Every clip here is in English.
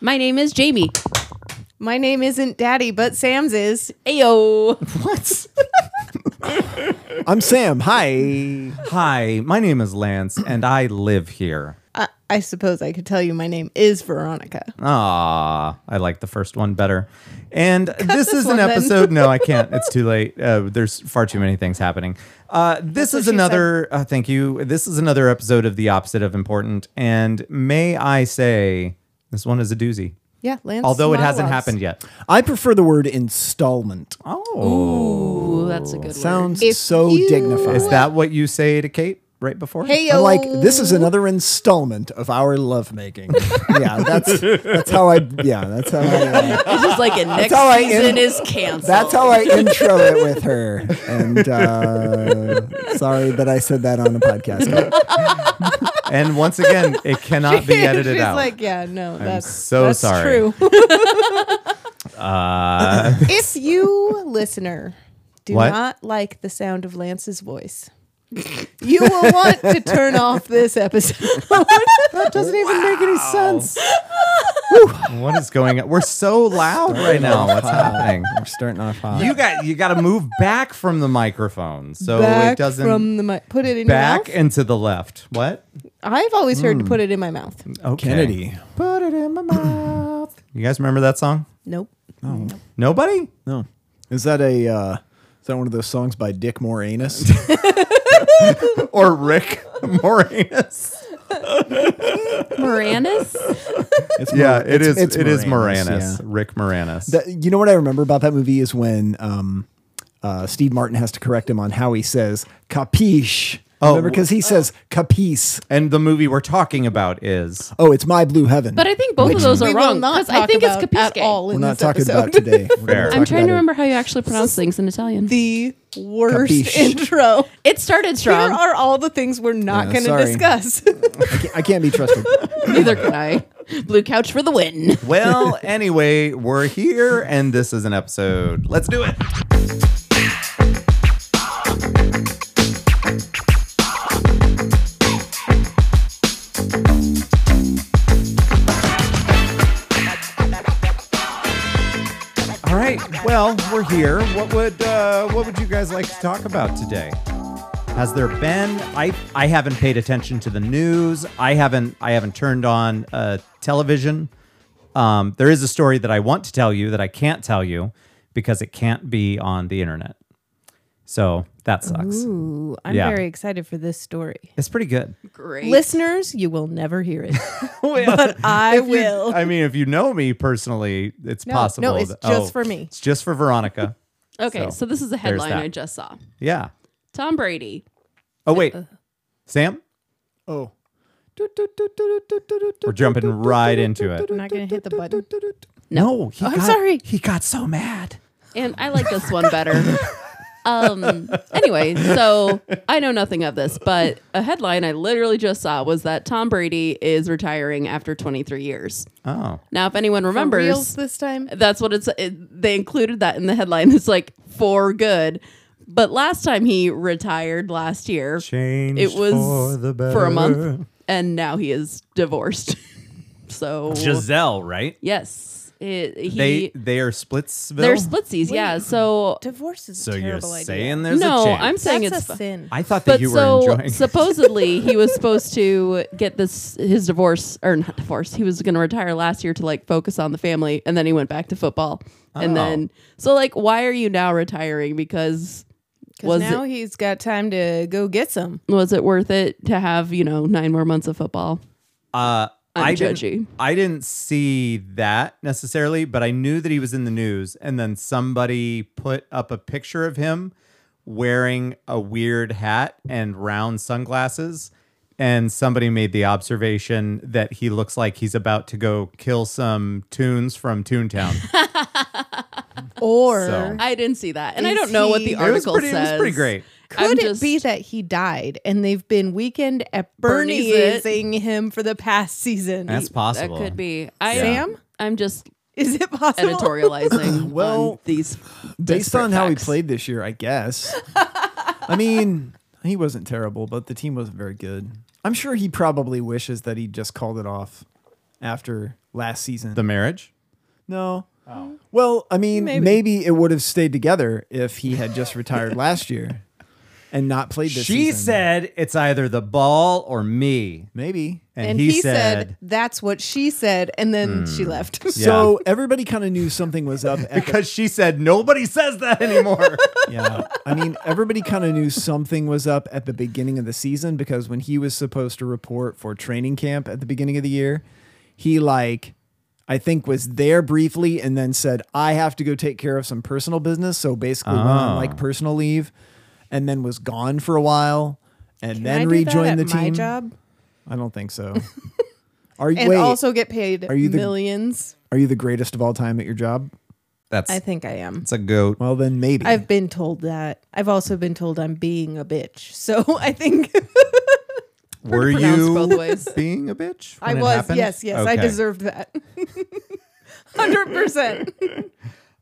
My name is Jamie. My name isn't Daddy, but Sam's is. Ayo. What? I'm Sam. Hi. Hi, my name is Lance, and I live here. I, I suppose I could tell you my name is Veronica. Ah, I like the first one better. And this, this is an one, then. episode. no, I can't. It's too late. Uh, there's far too many things happening. Uh, this is what she said. another. Uh, thank you. This is another episode of the opposite of important. And may I say, this one is a doozy. Yeah, Lance. Although it hasn't monologues. happened yet. I prefer the word installment. Oh, Ooh, that's a good Sounds If so you- dignified. is that what you say to Kate right before? Hey, I'm like, this is another installment of our lovemaking. yeah, that's that's how I yeah, that's how I uh, word. It's just like a next how I season end- is canceled. that's how I intro it with her. And uh, sorry that I said that on a podcast. And once again, it cannot be edited She's out. like, yeah, no, that's so that's sorry. True. Uh, if you listener do What? not like the sound of Lance's voice, you will want to turn off this episode. That doesn't even make any sense. what is going on? We're so loud right now. What's happening? We're starting off hot. You got you got to move back from the microphone so it back doesn't from the mi- put it in back your mouth. and Hmm. to the left. What? I've always heard to put it in my mouth. Okay. Kennedy. Put it in my mouth. You guys remember that song? Nope. Nobody? No. Is that a uh, is that one of those songs by Dick Moranis? Or Rick Moranis? Moranis? It's Yeah, Mor- it is. it's it is Moranis. yeah. Rick Moranis. That- you know what I remember about that movie is when um, uh, Steve Martin has to correct him on how he says capiche. Oh. remember because he says capiche. and the movie we're talking about is Oh, it's my blue heaven. But I think both of those are We wrong. will not 'cause I talk think it's about at Capisce. all in we're not this talking episode. about today. We're gonna Fair. talk I'm trying to about it. remember how you actually pronounce things in Italian. the worst Capiche. intro. it started strong. Here are all the things we're not Yeah, going to sorry. discuss. I can't, I can't be trusted. Neither can I. Blue couch for the win. Well, anyway, we're here and this is an episode. Let's do it. All right. Well, we're here. What would uh, what would you guys like to talk about today? Has there been? I I haven't paid attention to the news. I haven't I haven't turned on uh, television. Um, there is a story that I want to tell you that I can't tell you because it can't be on the internet. So that sucks. Ooh, I'm Yeah. very excited for this story. It's pretty good. Great. Listeners, you will never hear it, but I will. I mean, if you know me personally, it's No, no, possible. it's that- oh, just for me. It's just for Veronica. Okay, so, So, this is a headline that. I just saw. Yeah. Tom Brady. Oh wait, Uh-uh. Sam, Oh, we're jumping right into it. I'm not going to hit the button. No, he I'm sorry. He got so mad. And I like this one better. Um anyway, so I know nothing of this, but a headline I literally just saw was that Tom Brady is retiring after 23 years. Oh, Now, if anyone For reals remembers, this time. that's what it's it, they included that in the headline. It's like for good. But last time he retired last year, changed. it was for, the for a month and now he is divorced. so Giselle, right? Yes. It, he, They they, they are Splitsville. are splitsies, yeah. So Divorce is so a you're terrible idea. saying there's a no, chance. I'm saying That's it's a fu- sin. I thought that But you so were enjoying. supposedly he was supposed to get this his divorce or not divorce. He was going to retire last year to like focus on the family, and then he went back to football. And Oh. then so like, why are you now retiring? Because was Because now it he's got time to go get some. was it worth it to have you know nine more months of football? Uh, I'm I judgy. Didn't, I didn't see that necessarily, but I knew that he was in the news, and then somebody put up a picture of him wearing a weird hat and round sunglasses. And somebody made the observation that he looks like he's about to go kill some tunes from Toontown. Or So- I didn't see that, and I Is don't know what he- the It was article pretty- it was says. pretty great. I'm could it just- be that he died and they've been weekend at Bernie's it? Bernie'sing him for the past season? That's That possible. could be. I Sam? I'm just Is it possible? editorializing. Well, on these based disparate on how he facts. played this year, I guess. I mean, he wasn't terrible, but the team wasn't very good. I'm sure he probably wishes that he just called it off after last season. The marriage? no. Oh. Well, I mean, Maybe. maybe, it would have stayed together if he had just retired last year and not played this She season. said it's either the ball or me. maybe. And, And, he, said, that's what she said. And then she left. So everybody kind of knew something was up at the because she said nobody says that anymore. Yeah. I mean, everybody kind of knew something was up at the beginning of the season because when he was supposed to report for training camp at the beginning of the year, he like I think was there briefly and then said, "I have to go take care of some personal business." So basically went on like personal leave and then was gone for a while and Can I do then that rejoined the at team. My job? I don't think so. Are you And wait, also get paid Are you the- millions. are you the greatest of all time at your job? That's I think I am. it's a goat. Well, then maybe. I've been told that. I've also been told I'm being a bitch. So I think Were pronounced you both ways. being a bitch? I when it was. happened? Yes, yes. I Okay. deserved that. 100%.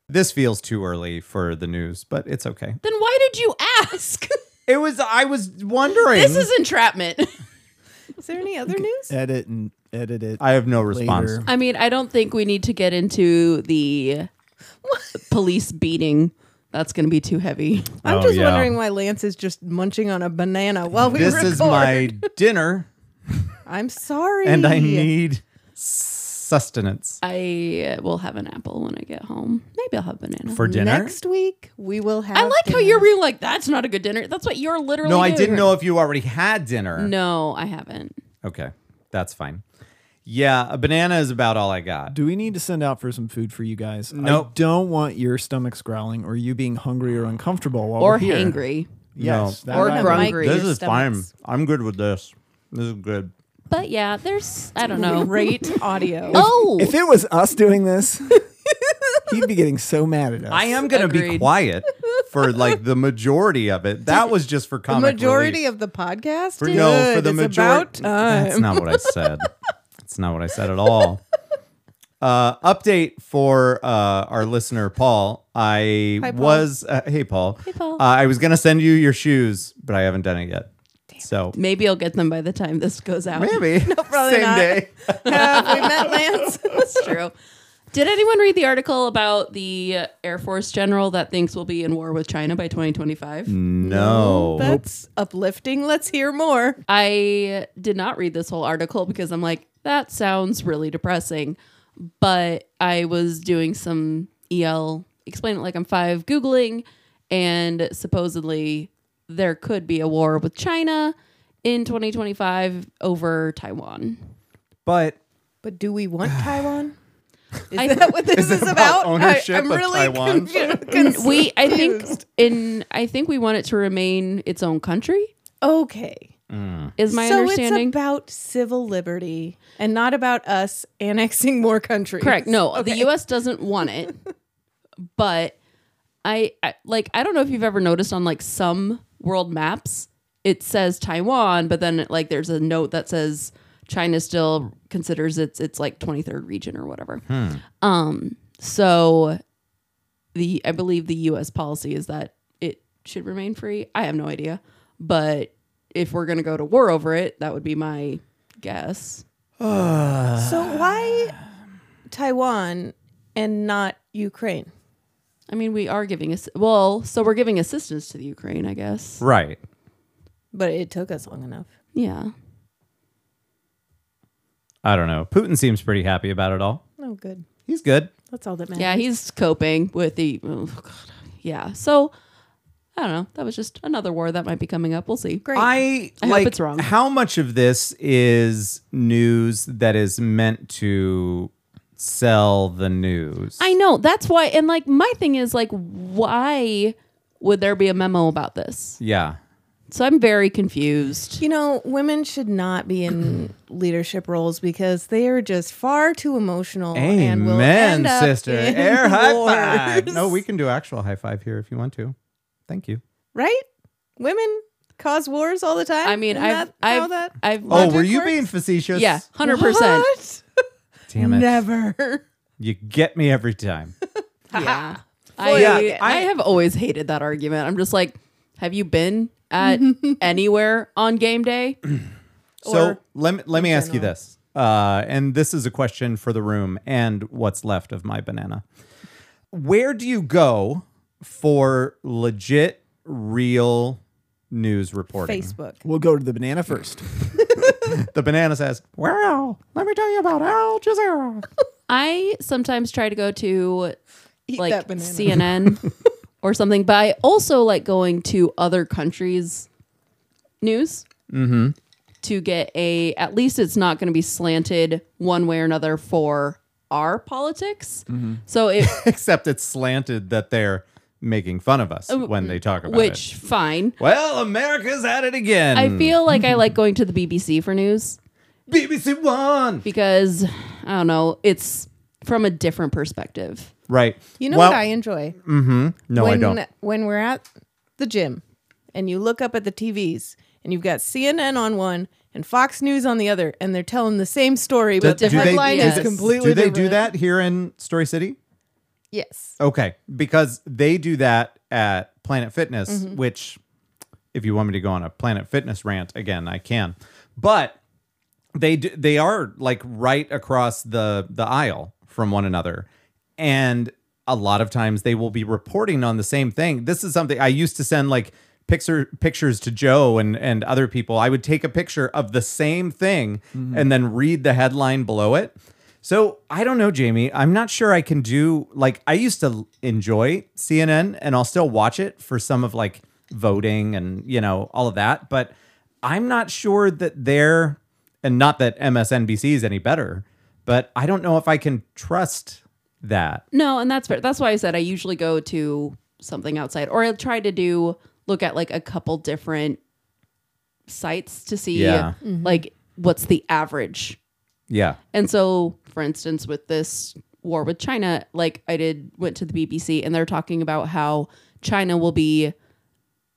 This feels too early for the news, but it's okay. Then why did you ask? It was. I was wondering. this is entrapment. Is there any other news? edit and edit it. I have no response. Later. I mean, I don't think we need to get into the police beating. That's going to be too heavy. I'm Oh, just yeah. wondering why Lance is just munching on a banana while we This record. is my dinner, I'm sorry. and I need sustenance I will have an apple when I get home. Maybe I'll have banana. for dinner. Next week we will have. I like how dinner. you're being like, that's not a good dinner. That's what you're literally no, I doing didn't right know if you already had dinner. No, I haven't. Okay, that's fine. Yeah, a banana is about all I got. Do we need to send out for some food for you guys? I Nope. don't want your stomachs growling or you being hungry or uncomfortable while Or we're here. hangry. Yes, No. that Or I- grung- hungry. This Your is stomachs. fine. I'm good with this. This is good. But yeah, there's, I don't know. Great audio. Oh, If it was us doing this, he'd be getting so mad at us. I am going to be Agreed. quiet for like the majority of it. That was just for the comic majority relief. of the podcast. For, no, for the It's majority. About time. That's not what I said. That's not what I said at all. Uh, update for uh, our listener Paul. I Hi, Paul. was uh, hey Paul. Hey Paul. Uh, I was going to send you your shoes, but I haven't done it yet. so maybe I'll get them by the time this goes out. maybe probably same not. day. Have we met Lance? That's true. Did anyone read the article about the Air Force general that thinks we'll be in war with China by 2025? No. That's uplifting. Let's hear more. I did not read this whole article because I'm like, that sounds really depressing. But I was doing some EL, explain it like I'm five, Googling, and supposedly there could be a war with China in 2025 over Taiwan. But But do we want Taiwan? Is I- that what this is, about about? ownership I, am of really Taiwan? confu- con- We, I think, in I think we want it to remain its own country. okay. Is my so understanding it's about civil liberty and not about us annexing more countries. Correct. No, Okay. the U.S. doesn't want it, but I, I like. I don't know if you've ever noticed on like some world maps, it says Taiwan, but then like there's a note that says China still considers it's it's like 23rd region or whatever. Um. So the I believe the U.S. policy is that it should remain free. I have no idea, but if we're gonna go to war over it, that would be my guess. So why Taiwan and not Ukraine? I mean, we are giving us well, so we're giving assistance to the Ukraine, I guess. right. But it took us long enough. Yeah, I don't know. Putin seems pretty happy about it all. Oh, good. He's good. That's all that matters. yeah, he's coping with the. Oh God. Yeah, so I don't know. That was just another war that might be coming up. We'll see. Great. I, I hope like it's wrong. how much of this is news that is meant to sell the news. I know that's why, and like my thing is like, why would there be a memo about this? yeah. So I'm very confused. You know, women should not be in leadership roles because they are just far too emotional and will Amen, end up sister. in Air high five. wars. No, we can do actual high five here if you want to. Thank you. right? Women cause wars all the time. I mean, Isn't I've, that how I've, that I've, Oh, Logic were you works? being facetious? yeah, hundred percent. What? Damn it. Never. You get me every time. Yeah. Boy, I, yeah, I I- have always hated that argument. I'm just like, have you been at anywhere on game day? So Or let me, let me ask you general. this. Uh, and this is a question for the room and what's left of my banana. Where do you go for legit, real news reporting? Facebook. We'll go to the banana first. The banana says, Well, let me tell you about Al Jazeera. I sometimes try to go to Eat like that banana. CNN or something, but I also like going to other countries' news to get a. At least it's not going to be slanted one way or another for our politics. So it, Except it's slanted that they're making fun of us Oh, when they talk about it. Mm. which fine. Well, America's at it again. I feel like I like going to the BBC for news BBC One. because I don't know. It's from a different perspective. Right. You know Well, what I enjoy? No, when I don't. when we're at the gym and you look up at the TVs and you've got CNN on one and Fox News on the other and they're telling the same story but Do- the do they- headline do is they- completely Do they do different. that here in Story City? Yes. Okay, because they do that at Planet Fitness, Mm-hmm. which, if you want me to go on a Planet Fitness rant again, I can. But they do, they are like right across the the aisle from one another, and a lot of times they will be reporting on the same thing. This is something I used to send like picture pictures to Joe and and other people. I would take a picture of the same thing and then read the headline below it. So I don't know, Jamie. I'm not sure I can do like I used to enjoy CNN and I'll still watch it for some of like voting and you know all of that, but I'm not sure that they're and not that MSNBC is any better, but I don't know if I can trust that. No, and that's fair. That's why I said I usually go to something outside, or I try to do look at like a couple different sites to see Yeah. like what's the average. Yeah. And so, for instance, with this war with China, like I did went to the BBC and they're talking about how China will be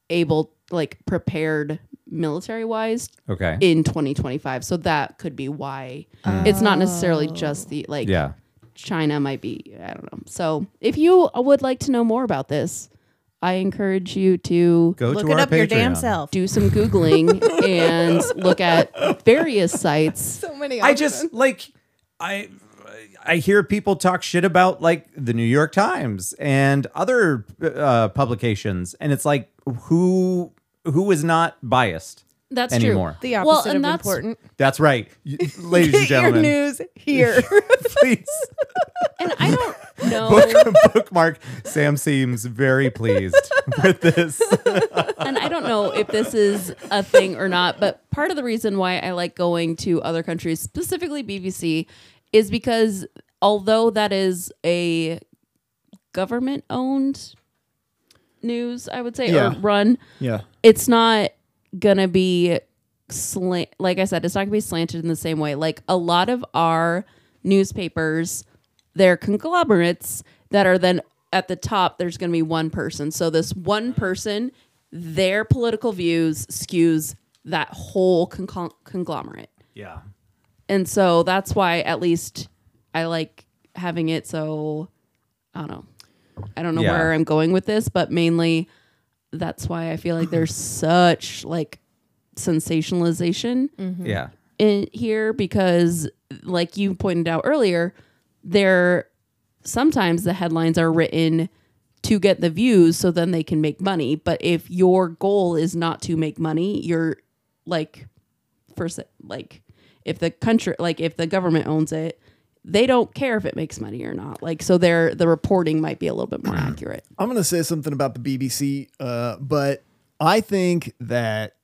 able like prepared military wise Okay. in 2025. So that could be why it's not necessarily just the like yeah. China might be, I don't know. So if you would like to know more about this, I encourage you to Go Look to it our up Patreon. your damn self. do some Googling and look at various sites. So many I options. just like I I hear people talk shit about like the New York Times and other uh, publications, and it's like who who is not biased That's anymore. true. the opposite Well, and of that's- important. That's right, You- ladies and Get your gentlemen. news here. please And I don't know bookmark. Sam seems very pleased with this. and I don't know if this is a thing or not, but part of the reason why I like going to other countries, specifically BBC, is because although that is a government owned news, I would say, Yeah. or run, Yeah. it's not gonna be slant like i said it's not gonna be slanted in the same way like a lot of our newspapers they're conglomerates that are then at the top there's gonna be one person so this one person their political views skews that whole con- conglomerate Yeah. and so that's why at least i like having it so i don't know i don't know Yeah. where i'm going with this but mainly that's why i feel like there's such like sensationalization Yeah. in here because like you pointed out earlier there sometimes the headlines are written to get the views so then they can make money but if your goal is not to make money you're like first like if the country like if the government owns it they don't care if it makes money or not like so their the reporting might be a little bit more accurate I'm going to say something about the BBC, uh, but I think that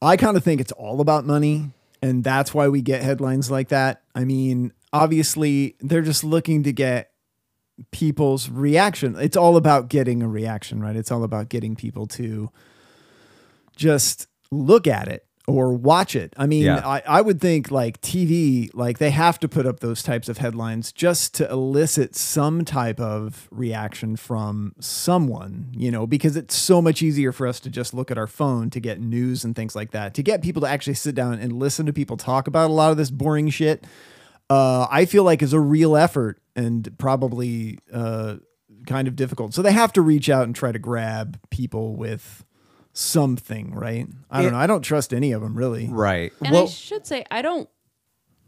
I kind of think it's all about money, and that's why we get headlines like that. I mean, obviously, they're just looking to get people's reaction. It's all about getting a reaction, right? It's all about getting people to just look at it or watch it. I mean, Yeah. I, I would think like TV, like they have to put up those types of headlines just to elicit some type of reaction from someone, you know, because it's so much easier for us to just look at our phone to get news and things like that. To get people to actually sit down and listen to people talk about a lot of this boring shit, uh, I feel like is a real effort and probably uh, kind of difficult. So they have to reach out and try to grab people with something, right? I don't know. I don't trust any of them really. Right. And I well, should say, I don't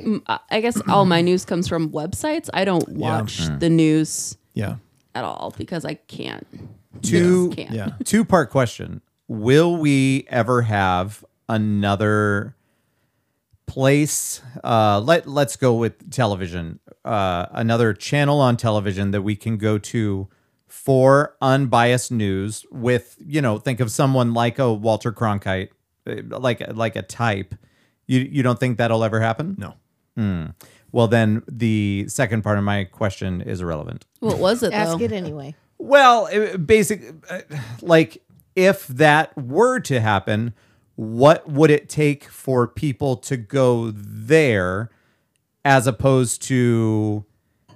m- I- I guess all my news comes from websites. I don't watch the news Yeah. at all because I can't. Two Just can't. Yeah. two part question. Will we ever have another place? Uh, let Let's go with television. Uh, another channel on television that we can go to for unbiased news. With you know, think of someone like a Walter Cronkite, eh, like like a type. You you don't think that'll ever happen? No. Well, then the second part of my question is irrelevant. What was it Ask though? it anyway. Well, it- basic, uh, like if that were to happen, what would it take for people to go there as opposed to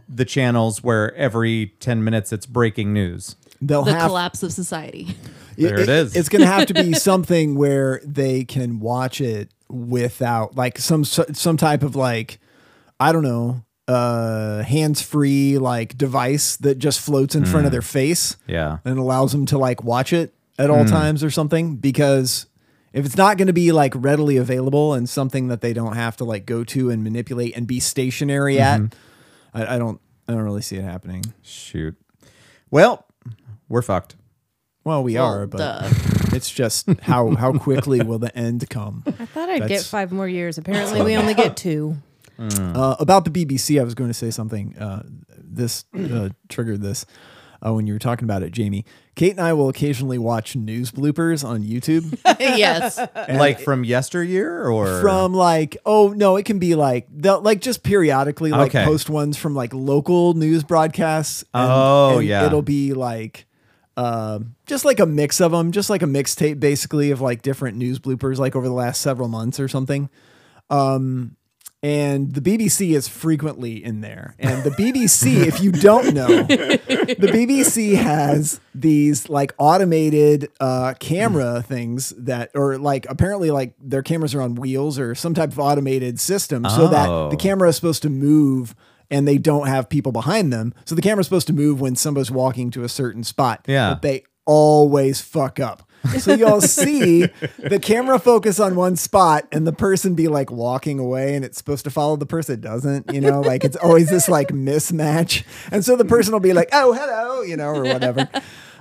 the channels where every 10 minutes it's breaking news? They'll The have collapse of society. There it is. It's going to have to be something where they can watch it without like some some type of like I don't know, uh hands-free like device that just floats in front of Mm. their face. Yeah. And allows them to like watch it at all times or something because if it's not going to be like readily available and something that they don't have to like go to and manipulate and be stationary at, I, I don't I don't really see it happening. Shoot. Well, we're fucked. Well, we Well, are, but duh. it's just how how quickly will the end come? I thought I'd get That's- five more years. Apparently, we only get two. Uh, about the BBC, I was going to say something. Uh, this uh, triggered this uh, when you were talking about it, Jamie. Kate and I will occasionally watch news bloopers on YouTube yes. like from yesteryear or from like, oh no, it can be like they'll like just periodically like Okay. post ones from like local news broadcasts. And, Oh, and yeah. it'll be like. Um, just like a mix of them, just like a mixtape basically of like different news bloopers like over the last several months or something. and the BBC is frequently in there. And the BBC, if you don't know, the BBC has these like automated uh, camera things that, or like apparently like their cameras are on wheels or some type of automated system, so Oh. that the camera is supposed to move and they don't have people behind them. So the camera's supposed to move when somebody's walking to a certain spot. Yeah. But they always fuck up. So you'll see the camera focus on one spot and the person be like walking away and it's supposed to follow the person. It doesn't, you know, like it's always this like mismatch. And so the person will be like, oh, hello, you know, or whatever. You,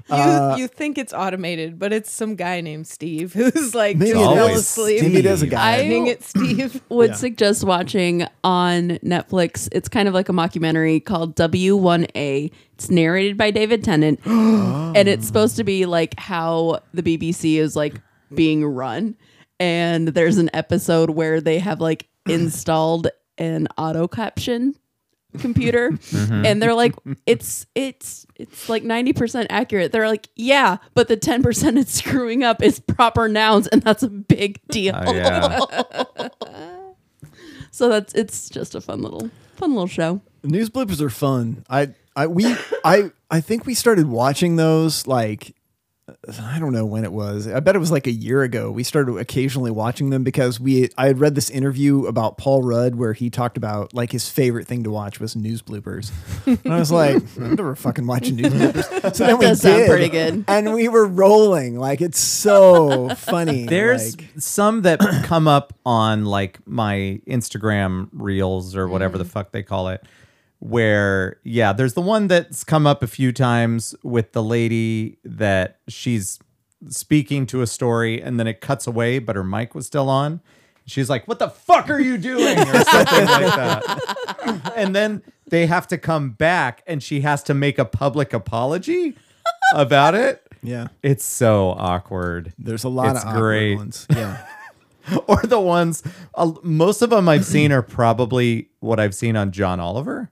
Uh, you think it's automated, but it's some guy named Steve who's like Maybe just it fell always is. asleep. Maybe it is a I- guy. Dang it, Steve. Would suggest watching on Netflix. It's kind of like a mockumentary called W1A. It's narrated by David Tennant, and it's supposed to be like how the BBC is like being run. And there's an episode where they have like installed an auto caption computer and they're like it's it's it's like 90% accurate they're like yeah but the 10% it's screwing up is proper nouns and that's a big deal Oh, yeah. so that's it's just a fun little fun little show. News bloopers are fun. I, I, we, I, I think we started watching those like, I don't know when it was. I bet it was like a year ago. We started occasionally watching them because we, I had read this interview about Paul Rudd where he talked about like his favorite thing to watch was news bloopers. And I was like, I'm never fucking watching news bloopers. So then we does sound did, pretty good. And we were rolling. Like it's so funny. There's like, some that come up on like my Instagram reels or whatever the fuck they call it. Where, yeah, there's the one that's come up a few times with the lady that she's speaking to a story and then it cuts away, but her mic was still on. She's like, What the fuck are you doing? or something like that. And then they have to come back and she has to make a public apology about it. yeah, It's so awkward there's a lot It's of awkward great. ones. Yeah. or the ones uh, most of them I've seen are probably what I've seen on John Oliver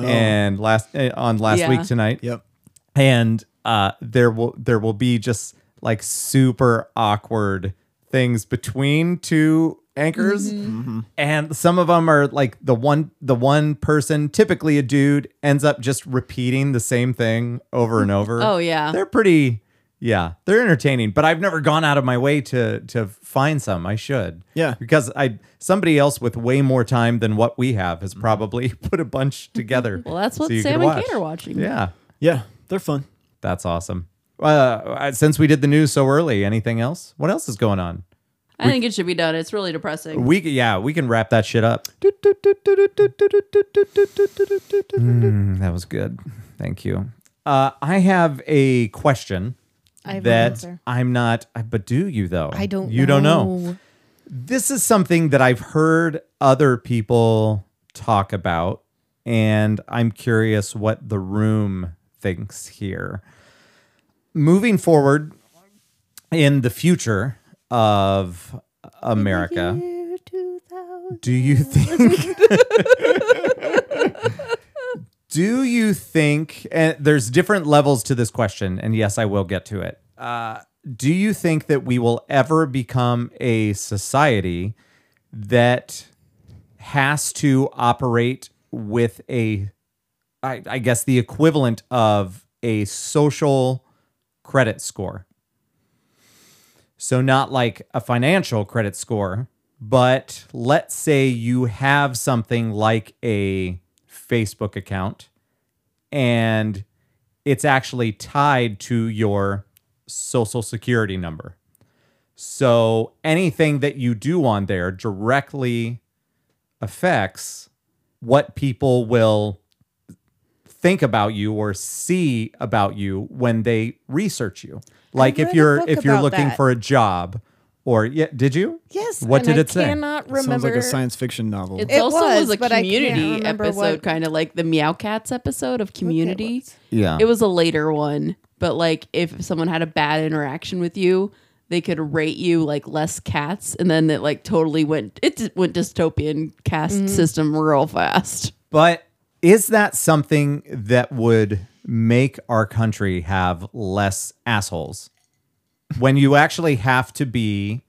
and last uh, on last Yeah. week tonight. Yep. And uh, there will there will be just like super awkward things between two anchors. Mm-hmm. And some of them are like the one the one person, typically a dude, ends up just repeating the same thing over and over. Oh, yeah. They're pretty yeah, they're entertaining, but I've never gone out of my way to to find some. I should. Yeah. Because I somebody else with way more time than what we have has probably put a bunch together. Well, that's so what you could Sam and watch. Kate are watching. Yeah. Yeah. They're fun. That's awesome. Uh, since we did the news so early, anything else? What else is going on? I think it should be done. It's really depressing. We c- yeah, we can wrap that shit up. Mm, that was good. Thank you. Uh, I have a question I have no that answer. I'm not, but do you though? I don't. You don't know. This is something that I've heard other people talk about, and I'm curious what the room thinks here. Moving forward in the future of America. Year 2000. Do you think? do you think? And there's different levels to this question, and yes, I will get to it. Uh, do you think that we will ever become a society that has to operate with a, I, I guess, the equivalent of a social credit score? So not like a financial credit score, but let's say you have something like a Facebook account and it's actually tied to your social security number. So anything that you do on there directly affects what people will think about you or see about you when they research you. Like if read a you're book if you're about looking that. for a job or yeah, did you? Yes. What and did I it say? Cannot remember. Sounds like a science fiction novel. It's It also was, was, a but I can't community remember episode, what- kind of like the Meow Cats episode of Community. was. Yeah. It was a later one, but like if someone had a bad interaction with you, they could rate you like less cats, and then it like totally went it d- went dystopian cast Mm-hmm. system real fast. But is that something that would make our country have less assholes? When you actually have to be,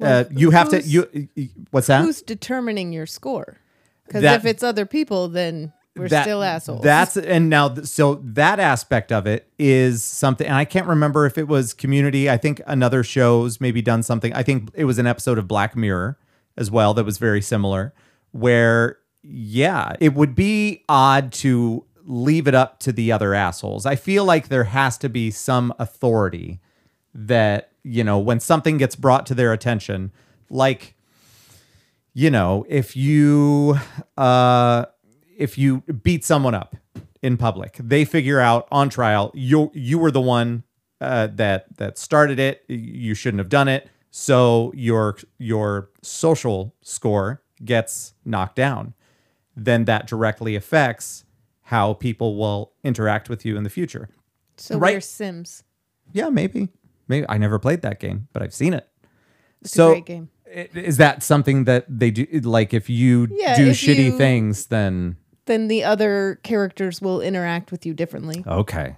uh, you have to who's- you. What's that? Who's determining your score? Because That- if it's other people, then we're that- still assholes. That's and now th- so that aspect of it is something, and I can't remember if it was Community. I think another show's maybe done something. I think it was an episode of Black Mirror as well that was very similar, where yeah, it would be odd to leave it up to the other assholes. I feel like there has to be some authority that you know when something gets brought to their attention, like you know, if you uh, if you beat someone up in public, they figure out on trial you you were the one uh, that that started it. You shouldn't have done it. So your your social score gets knocked down. Then that directly affects how people will interact with you in the future. so right- we're Sims. Yeah, maybe. Maybe I never played that game, but I've seen it. It's so a great game. i- Is that something that they do? Like, if you Yeah, do if shitty you- things, then Then the other characters will interact with you differently. okay.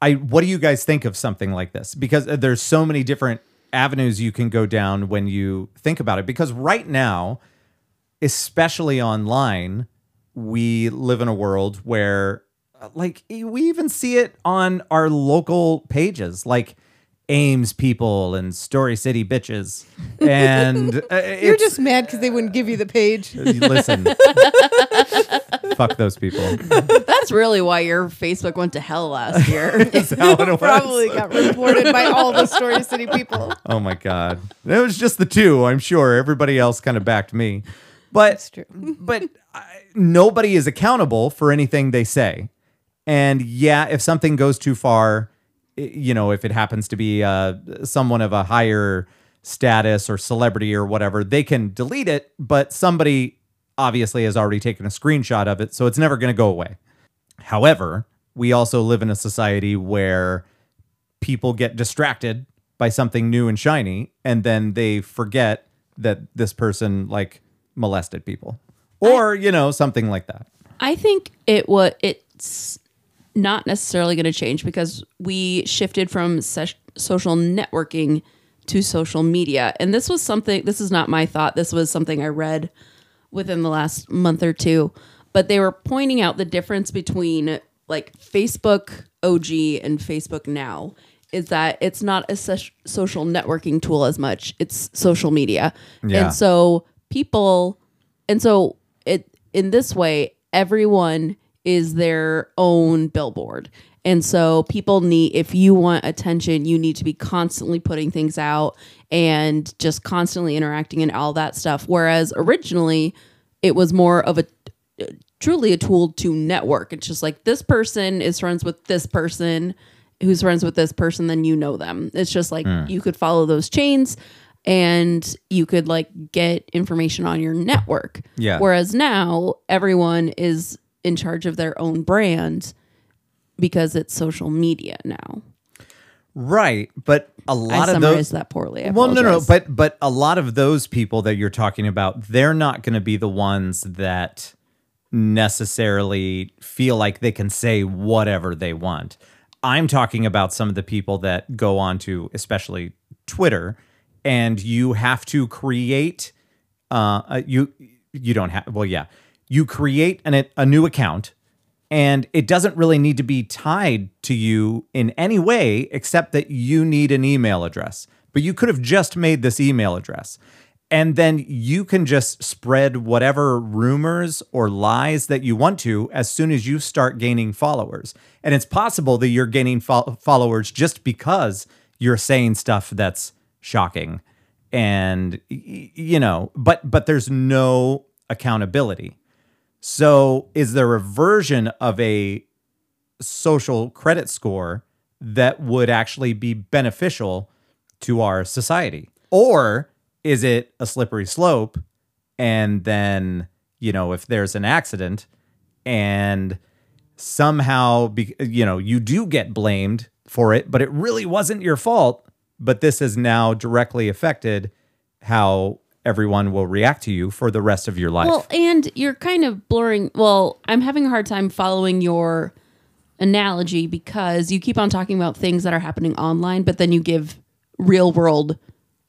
I what do you guys think of something like this? Because uh, there's so many different avenues you can go down when you think about it. Because right now, especially online, we live in a world where, uh, like, e- we even see it on our local pages, like. Ames people and Story City bitches, and uh, You're it's- just mad because they wouldn't give you the page. Listen. Fuck those people. That's really why your Facebook went to hell last year. That's how it was. Probably got reported by all the Story City people. Oh my god. That was just the two, I'm sure. Everybody else kind of backed me. But It's true. but I, nobody is accountable for anything they say. And yeah, if something goes too far, i- you know, if it happens to be uh, someone of a higher status or celebrity or whatever, they can delete it. But somebody obviously has already taken a screenshot of it, so it's never going to go away. However, we also live in a society where people get distracted by something new and shiny and then they forget that this person like molested people or you know something like that I think it what it's not necessarily going to change because we shifted from sesh- social networking to social media. And this was something this is not my thought. This was something I read within the last month or two, but they were pointing out the difference between like Facebook OG and Facebook now is that it's not a sesh- social networking tool as much. It's social media. Yeah. And so people and so it in this way everyone is their own billboard. And so people need if you want attention, you need to be constantly putting things out and just constantly interacting and all that stuff. Whereas originally it was more of a truly a tool to network. It's just like this person is friends with this person who's friends with this person, then you know them. It's just like Hmm. you could follow those chains and you could like get information on your network. Yeah. Whereas now everyone is in charge of their own brand because it's social media now. Right, but a lot I of those summarized that poorly. I Well, no, no, apologize. but but a lot of those people that you're talking about, they're not going to be the ones that necessarily feel like they can say whatever they want. I'm talking about some of the people that go on to, especially Twitter, and you have to create. Uh, uh, you you don't have. Well, yeah, you create an a new account and it doesn't really need to be tied to you in any way except that you need an email address. But you could have just made this email address. And then you can just spread whatever rumors or lies that you want to as soon as you start gaining followers. And it's possible that you're gaining fol- followers just because you're saying stuff that's shocking and y- y- you know, but but there's no accountability. So, is there a version of a social credit score that would actually be beneficial to our society? Or is it a slippery slope? And then, you know, if there's an accident and somehow, be, you know, you do get blamed for it, but it really wasn't your fault, but this has now directly affected how everyone will react to you for the rest of your life. Well, and you're kind of blurring. Well, I'm having a hard time following your analogy because you keep on talking about things that are happening online, but then you give real world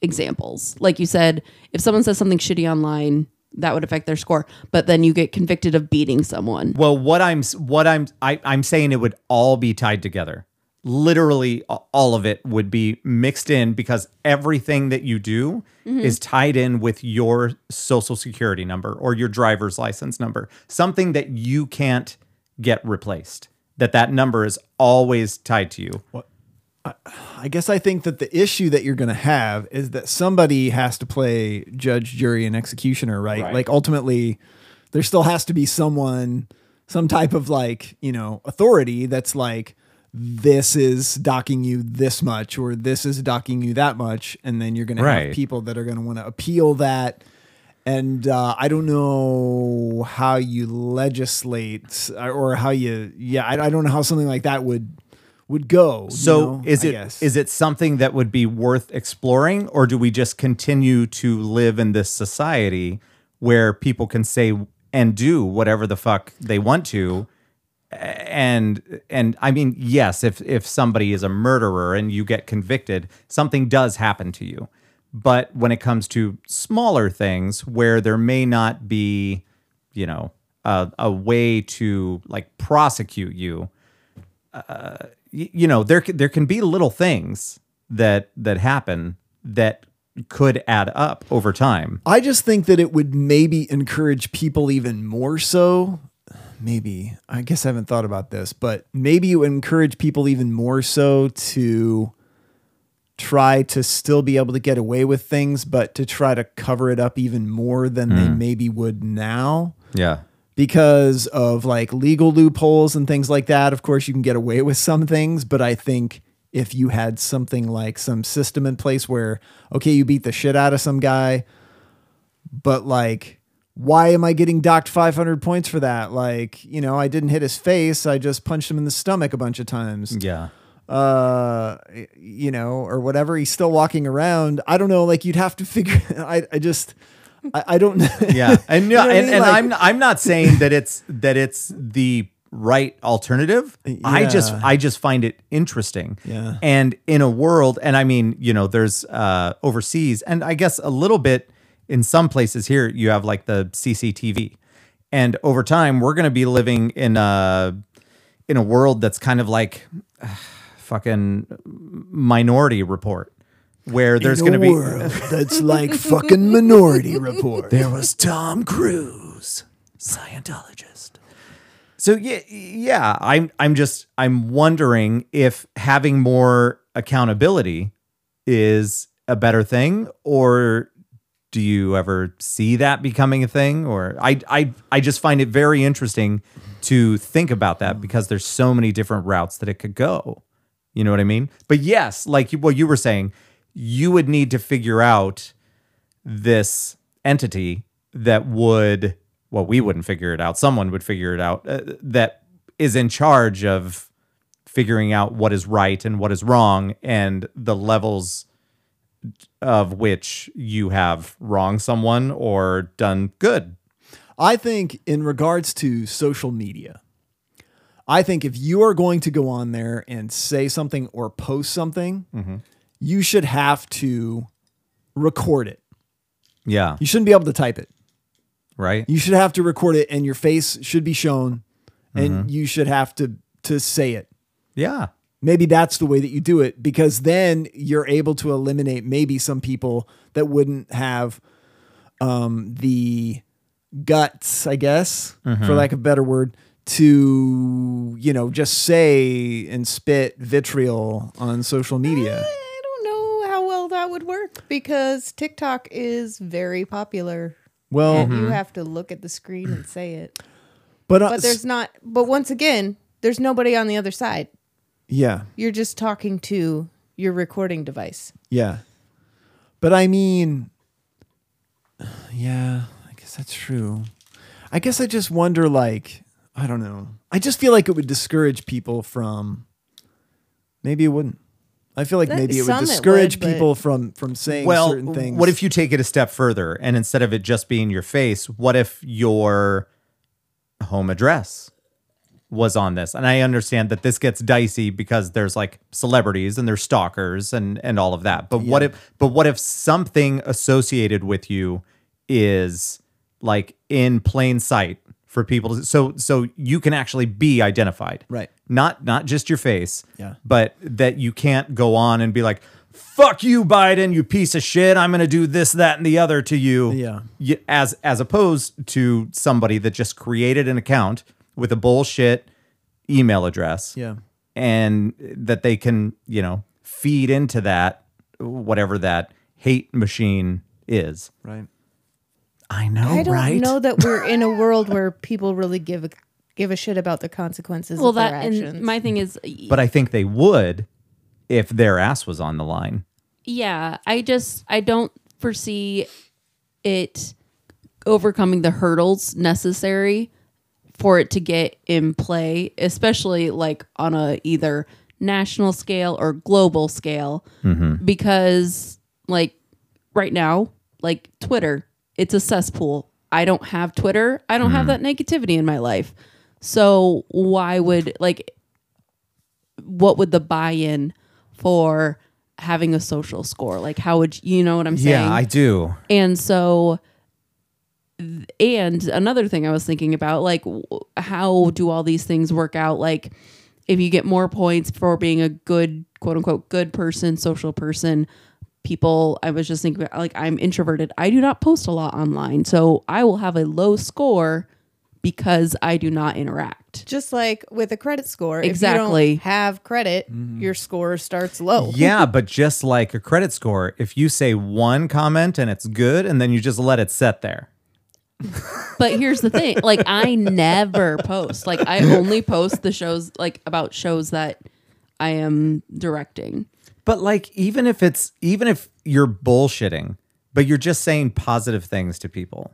examples. Like you said, if someone says something shitty online, that would affect their score, but then you get convicted of beating someone. Well, what I'm what I'm I, I'm saying it would all be tied together. Literally, a- all of it would be mixed in because everything that you do is tied in with your social security number or your driver's license number, something that you can't get replaced. That that number is always tied to you. I guess I think that the issue that you're going to have is that somebody has to play judge, jury, and executioner, right? Like ultimately, there still has to be someone, some type of like, you know, authority that's like, this is docking you this much, or this is docking you that much. And then you're going to Right. have people that are going to want to appeal that. And uh, I don't know how you legislate or- or how you, yeah, I, I don't know how something like that would would go. you So know, is I it is guess. it something that would be worth exploring, or do we just continue to live in this society where people can say and do whatever the fuck they want to? And and I mean, yes, if if somebody is a murderer and you get convicted, something does happen to you. But when it comes to smaller things where there may not be, you know, a, a way to like prosecute you, y- you know there c- there can be little things that that happen that could add up over time. I just think that it would maybe encourage people even more so. Maybe. I guess I haven't thought about this, but maybe you encourage people even more so to try to still be able to get away with things, but to try to cover it up even more than they maybe would now Yeah. because of like legal loopholes and things like that. Of course, you can get away with some things, but I think if you had something like some system in place where, okay, you beat the shit out of some guy, but like, why am I getting docked 500 points for that? Like, you know, I didn't hit his face. I just punched him in the stomach a bunch of times Yeah. uh you know or whatever he's still walking around i don't know like you'd have to figure i i just i, I don't know Yeah. And You know no, what I and, mean? and Like- I'm I'm not saying that it's that it's the right alternative. I just Yeah. I just find it interesting. Yeah. And in a world and I mean, you know, there's uh overseas and I guess a little bit in some places here you have like the CCTV. And over time we're going to be living in a in a world that's kind of like fucking minority report where there's going to be that's like fucking minority report was Tom Cruise, Scientologist. So yeah, yeah, I'm I'm just I'm wondering if having more accountability is a better thing or do you ever see that becoming a thing or I I I just find it very interesting to think about that because there's so many different routes that it could go. You know what I mean? But yes, like you, what you were saying, you would need to figure out this entity that would well we wouldn't figure it out someone would figure it out uh, that is in charge of figuring out what is right and what is wrong and the levels of which you have wronged someone or done good I think in regards to social media, I think if you are going to go on there and say something or post something, you should have to record it. yeah You shouldn't be able to type it. right You should have to record it and your face should be shown and you should have to to say it. yeah Maybe that's the way that you do it because then you're able to eliminate maybe some people that wouldn't have um, the guts, I guess, for lack of a better word, to, you know, just say and spit vitriol on social media. I don't know how well that would work because TikTok is very popular. Well, Mm-hmm. and you have to look at the screen and say it. but, uh, But there's not. But once again, there's nobody on the other side. yeah, You're just talking to your recording device. yeah. But I mean, yeah, I guess that's true. I guess I just wonder, like, I don't know. I just feel like it would discourage people from. Maybe it wouldn't. I feel like That- maybe it would some it discourage would, but- people from from saying well certain things. what if you take it a step further and instead of it just being your face what if your home address was on this and i understand that this gets dicey because there's like celebrities and there's stalkers and and all of that but what if but what if something associated with you is like in plain sight for people to, so so you can actually be identified Right. not not just your face Yeah. but that you can't go on and be like fuck you biden you piece of shit i'm gonna do this that and the other to you Yeah. Y- as as opposed to somebody that just created an account with a bullshit email address Yeah. and that they can you know feed into that whatever that hate machine is Right. i know I don't right know that we're in a world where people really give a, give a shit about the consequences Well, of their that actions. and my thing is, but i think they would if their ass was on the line yeah, I just I don't foresee it overcoming the hurdles necessary for it to get in play, especially like on a either national scale or global scale, Mm-hmm. because like right now, like Twitter, it's a cesspool. I don't have Twitter. I don't Mm-hmm. have that negativity in my life. So why would like what would the buy-in for having a social score like how would you know what i'm saying yeah i do and so th- and another thing i was thinking about like w- how do all these things work out like if you get more points for being a good quote unquote good person social person people i was just thinking about, like i'm introverted i do not post a lot online so i will have a low score because i do not interact just like with a credit score, If Exactly. you don't have credit, your score starts low. yeah, but just like a credit score, if you say one comment and it's good, and then you just let it sit there. But here's the thing: like I never post. Like I only post the shows like about shows that I am directing. But like, even if it's even if you're bullshitting, but you're just saying positive things to people,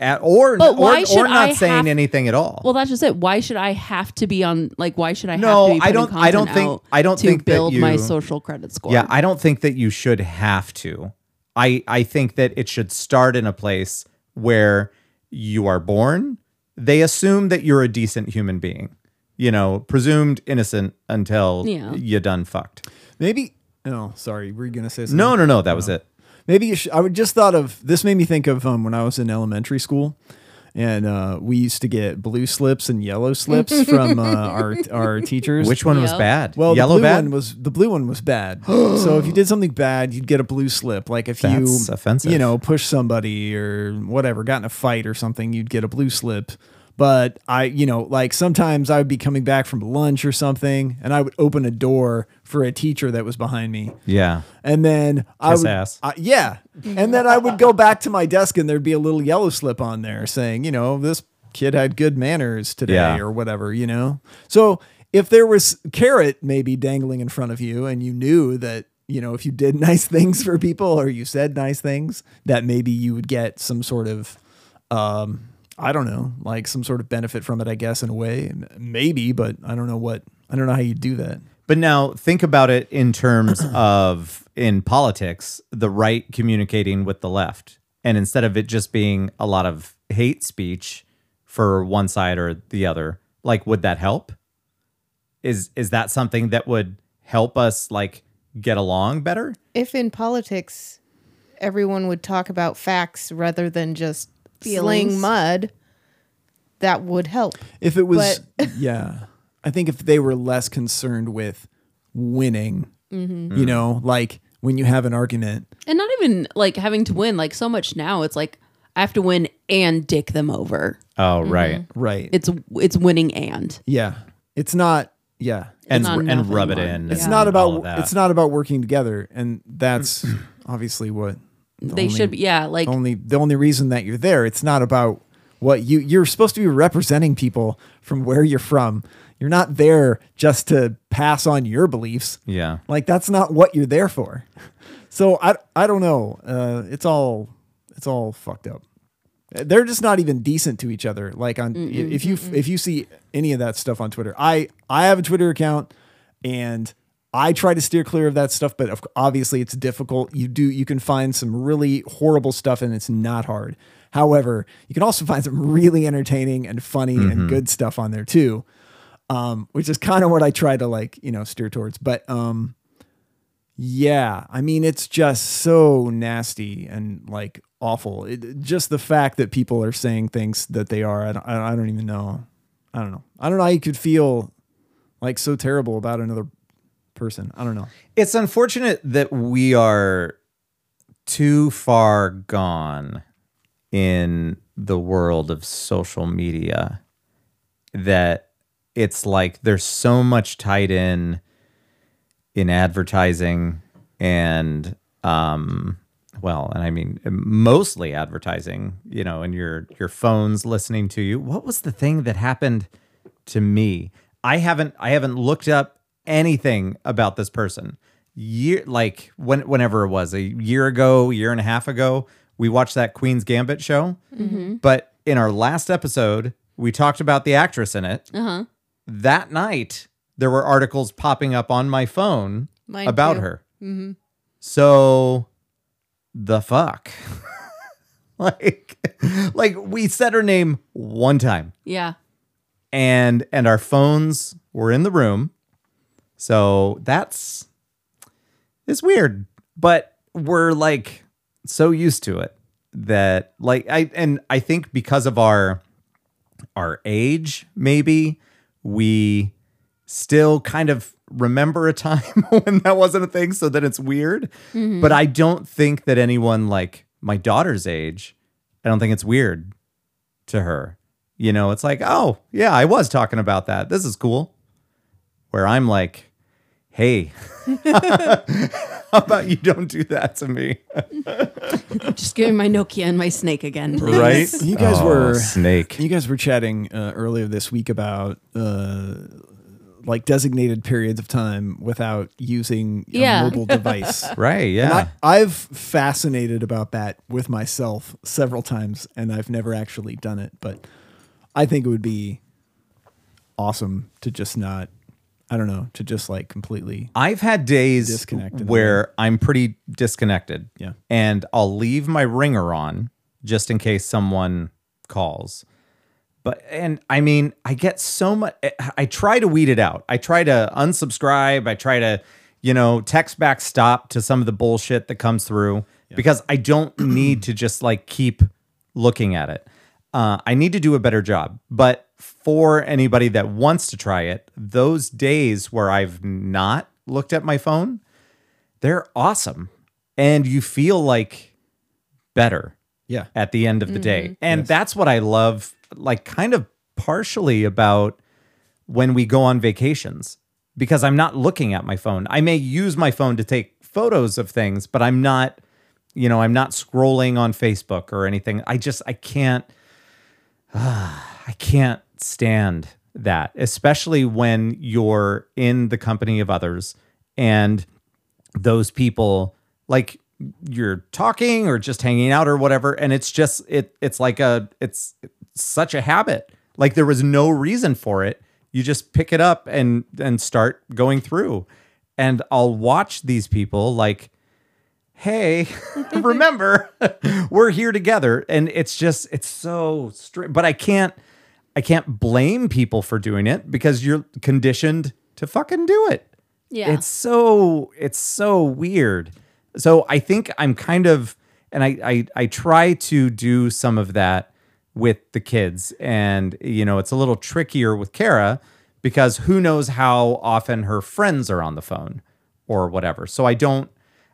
at, or But why or, should or not I saying have- anything at all. Well, that's just it. Why should I have to be on? Like, why should I? No, have to be I putting don't- I don't content think- out I don't to think that build my you- social credit score. yeah, I don't think that you should have to. I I think that it should start in a place where you are born. They assume that you're a decent human being, you know, presumed innocent until Yeah. you're done fucked. Maybe. Oh, sorry. Were you gonna say something? No, no, no, that was it. Maybe you should, I would just thought of this made me think of um, when I was in elementary school, and uh, we used to get blue slips and yellow slips from uh, our our teachers. Which one was Yep. bad? well, yellow the blue bad. one was the blue one was bad. so if you did something bad, you'd get a blue slip. Like if That's you offensive. you know, push somebody or whatever, got in a fight or something, you'd get a blue slip. But I, you know, like sometimes I would be coming back from lunch or something, and I would open a door for a teacher that was behind me. Yeah. And then I Kiss would, ass. I- yeah. And then I would go back to my desk, and there'd be a little yellow slip on there saying, you know, this kid had good manners today, Yeah. or whatever, you know. So if there was carrot maybe dangling in front of you, and you knew that you know if you did nice things for people or you said nice things, that maybe you would get some sort of, um, I don't know, like some sort of benefit from it. I guess in a way, M- maybe, but I don't know what. I don't know how you do that. But now think about it in terms of in politics, the right communicating with the left. And instead of it just being a lot of hate speech for one side or the other, like would that help? Is is that something that would help us like get along better? If in politics everyone would talk about facts rather than just Feelings. sling mud, that would help. If it was, yeah, I think if they were less concerned with winning, Mm-hmm. you know, like when you have an argument, And not even like having to win. Like so much now, it's like I have to win and dick them over. Oh, right. right? It's it's winning and. yeah, it's not, yeah, And not and enough rub it anymore. in. It's it's and not all of about that. it's not about working together, and that's obviously what the they only- should be yeah like only the only reason that you're there. It's not about what you you're supposed to be representing people from where you're from. You're not there just to pass on your beliefs. Yeah. Like that's not what you're there for. So I I don't know. Uh, it's all it's all fucked up. They're just not even decent to each other. Like on if you if you see any of that stuff on Twitter, I I have a Twitter account and I try to steer clear of that stuff, but of, obviously it's difficult. You do you can find some really horrible stuff and it's not hard. However, you can also find some really entertaining and funny and good stuff on there too um, which is kind of what I try to like, you know, steer towards. But um, yeah, I mean, it's just so nasty and like awful. It, just the fact that people are saying things that they are, I don't, I don't even know. I don't know. I don't know how you could feel like so terrible about another person. I don't know. It's unfortunate that we are too far gone in the world of social media that it's like there's so much tied in in advertising and um well and i mean mostly advertising you know and your your phones listening to you what was the thing that happened to me i haven't i haven't looked up anything about this person year like when whenever it was a year ago year and a half ago we watched that queen's gambit show but in our last episode we talked about the actress in it uh-huh that night there were articles popping up on my phone Mine about too. Mm-hmm. her. So the fuck. like like we said her name one time yeah and and our phones were in the room. So that's it's weird, but we're like so used to it that like I and I think because of our our age maybe we still kind of remember a time when that wasn't a thing so that it's weird but i don't think that anyone like my daughter's age i don't think it's weird to her you know it's like oh yeah i was talking about that this is cool where i'm like hey how about you don't do that to me just give me my nokia and my snake again please. right You guys Oh, were- snake You guys were chatting uh, earlier this week about uh, like designated periods of time without using a Yeah. mobile device. right yeah And I, I've fascinated about that with myself several times, and I've never actually done it. But I think it would be awesome to just not, I don't know, to just like completely. I've had days Disconnected. where I'm pretty disconnected. Yeah. And I'll leave my ringer on just in case someone calls. But and I mean, I get so much I try to weed it out. I try to unsubscribe, I try to, you know, text back stop to some of the bullshit that comes through because I don't need to just like keep looking at it. Uh, I need to do a better job. But for anybody that wants to try it, those days where I've not looked at my phone, they're awesome. And you feel like better Yeah. at the end of the day. And that's what I love, like kind of partially about when we go on vacations because I'm not looking at my phone. I may use my phone to take photos of things, but I'm not, you know, I'm not scrolling on Facebook or anything. I just, I can't, I can't stand that, especially when you're in the company of others and those people like you're talking or just hanging out or whatever and it's just it it's like a it's such a habit like there was no reason for it you just pick it up and and start going through and i'll watch these people like hey remember we're here together and it's just it's so str- but i can't i can't blame people for doing it because you're conditioned to fucking do it Yeah. it's so it's so weird so i think i'm kind of and I, I i try to do some of that with the kids and you know it's a little trickier with kara because who knows how often her friends are on the phone or whatever so i don't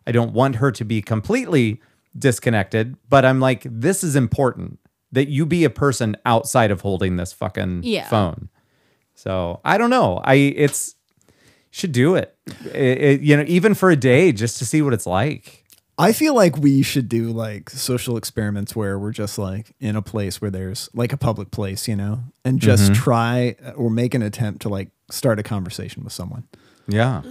i don't want her to be completely disconnected but i'm like this is important that you be a person outside of holding this fucking Yeah. phone so i don't know i it's should do it. It- it- you know, even for a day, just to see what it's like. I feel like we should do like social experiments where we're just like in a place where there's like a public place, you know, and just try or make an attempt to like start a conversation with someone. Yeah.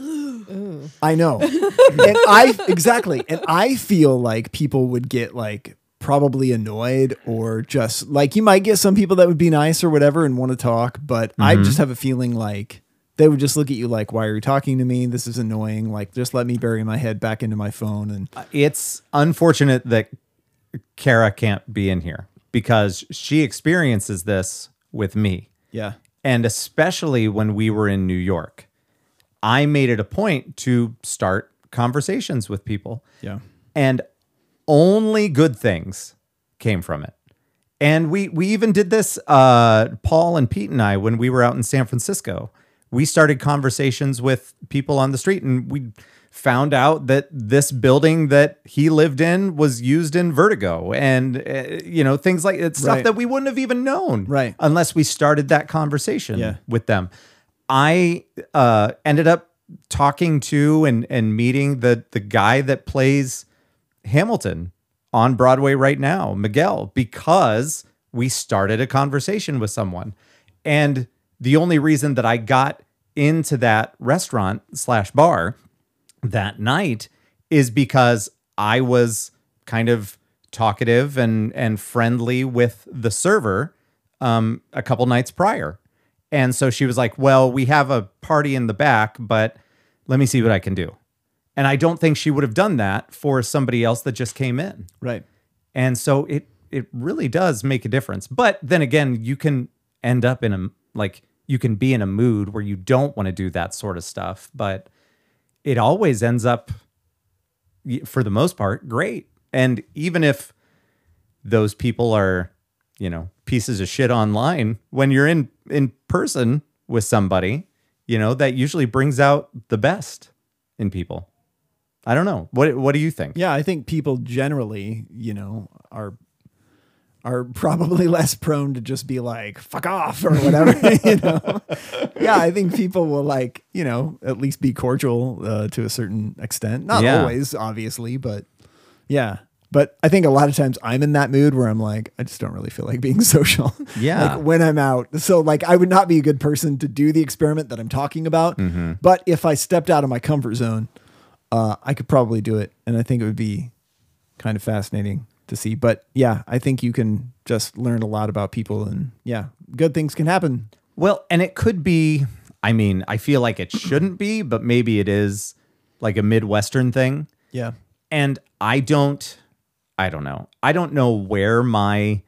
I know. and I exactly. And I feel like people would get like probably annoyed or just like you might get some people that would be nice or whatever and want to talk, but I just have a feeling like they would just look at you like, why are you talking to me? This is annoying. Like, just let me bury my head back into my phone. And Uh, It's unfortunate that Kara can't be in here because she experiences this with me. yeah, And especially when we were in New York, I made it a point to start conversations with people. yeah. and only good things came from it. And we we even did this. Uh, Paul and Pete and I, when we were out in San Francisco, we started conversations with people on the street, and we found out that this building that he lived in was used in Vertigo, and uh, you know things like it's stuff Right. that we wouldn't have even known, Right. Unless we started that conversation Yeah. with them. I uh, ended up talking to and and meeting the the guy that plays Hamilton on Broadway right now, Miguel, because we started a conversation with someone. And the only reason that I got into that restaurant slash bar that night is because I was kind of talkative and and friendly with the server um, a couple nights prior, and so she was like, "Well, we have a party in the back, but let me see what I can do." And I don't think she would have done that for somebody else that just came in. Right. And so it it really does make a difference. But then again, you can end up in a like you can be in a mood where you don't want to do that sort of stuff, but it always ends up y- for the most part great. And even if those people are, you know, pieces of shit online, when you're in in person with somebody, you know, that usually brings out the best in people. I don't know. What what do you think? Yeah, I think people generally, you know, are are probably less prone to just be like fuck off or whatever, you know. Yeah, I think people will like, you know, at least be cordial uh, to a certain extent. Not Yeah. always, obviously, but yeah. But I think a lot of times I'm in that mood where I'm like, I just don't really feel like being social. Yeah. Like when I'm out. So like I would not be a good person to do the experiment that I'm talking about. Mm-hmm. But if I stepped out of my comfort zone, uh, I could probably do it, and I think it would be kind of fascinating to see. But yeah, I think you can just learn a lot about people, and yeah, good things can happen. Well, and it could be, I mean, I feel like it shouldn't be, but maybe it is like a Midwestern thing. Yeah, And I don't, I don't know. I don't know where my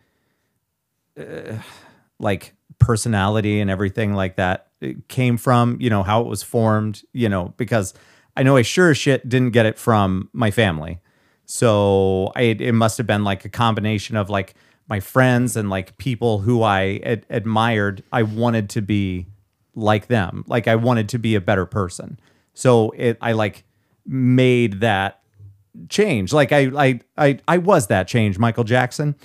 uh, like personality and everything like that uh, came from, you know, how it was formed, you know, because I know I sure as shit didn't get it from my family. So I, it must have been like a combination of like my friends and like people who I ad- admired. I wanted to be like them. Like I wanted to be a better person. So it, I like made that change. Like I I I I was that change, Michael Jackson.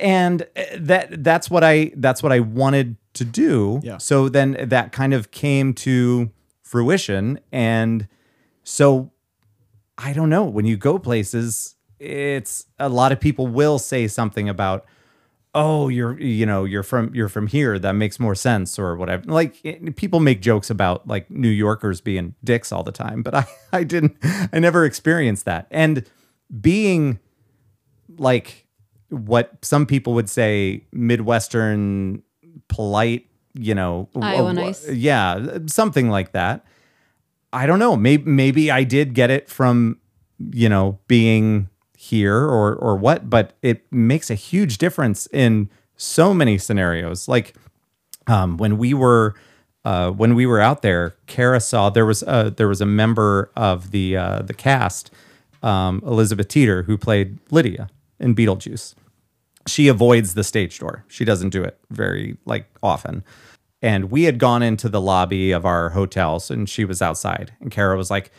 And uh, that that's what I that's what I wanted to do. Yeah. So then that kind of came to fruition and so I don't know, when you go places, it's a lot of people will say something about oh you're you know you're from you're from here that makes more sense or whatever like it- people make jokes about like new yorkers being dicks all the time but i i didn't i never experienced that and being like what some people would say midwestern polite you know w- Iowa w- nice. yeah something like that i don't know maybe maybe i did get it from you know being here or or what but it makes a huge difference in so many scenarios like um, when we were uh, when we were out there, Kara saw there was a, there was a member of the uh, the cast, um, Elizabeth Teeter, who played Lydia in Beetlejuice. She avoids the stage door. She doesn't do it very like often. And we had gone into the lobby of our hotels, and she was outside. And Kara was like,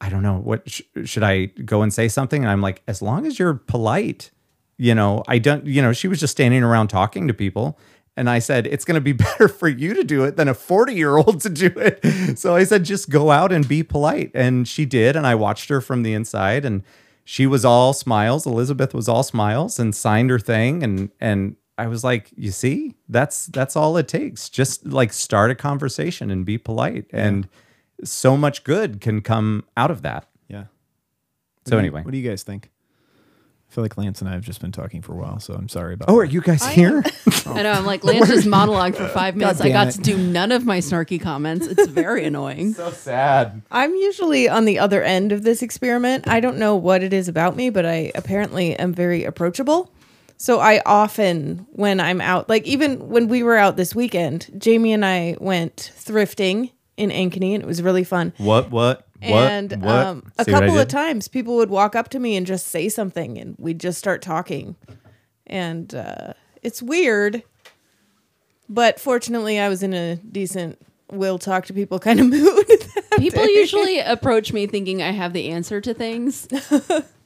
"I don't know what sh- should I go and say something." And I'm like, "As long as you're polite, you know, I don't, you know, she was just standing around talking to people. And I said, it's going to be better for you to do it than a 40 year old to do it. So I said, just go out and be polite. And she did. And I watched her from the inside and she was all smiles. Elizabeth was all smiles and signed her thing. And, and, I was like, you see, that's that's all it takes. Just like start a conversation and be polite, and so much good can come out of that. Yeah. So anyway, What do you guys think? I feel like Lance and I have just been talking for a while, so I'm sorry about oh, that. are you guys here? I know. I'm like Lance's monologue for five minutes. I damn got it. to do none of my snarky comments. It's very annoying. so sad. I'm usually on the other end of this experiment. I don't know what it is about me, but I apparently am very approachable. So I often, when I'm out, like even when we were out this weekend, Jamie and I went thrifting in Ankeny and it was really fun. What? What? and what? What? Um, a See what I couple of did? times people would walk up to me and just say something and we'd just start talking. And uh, it's weird, but fortunately I was in a decent will talk to people kind of mood. People usually approach me thinking I have the answer to things.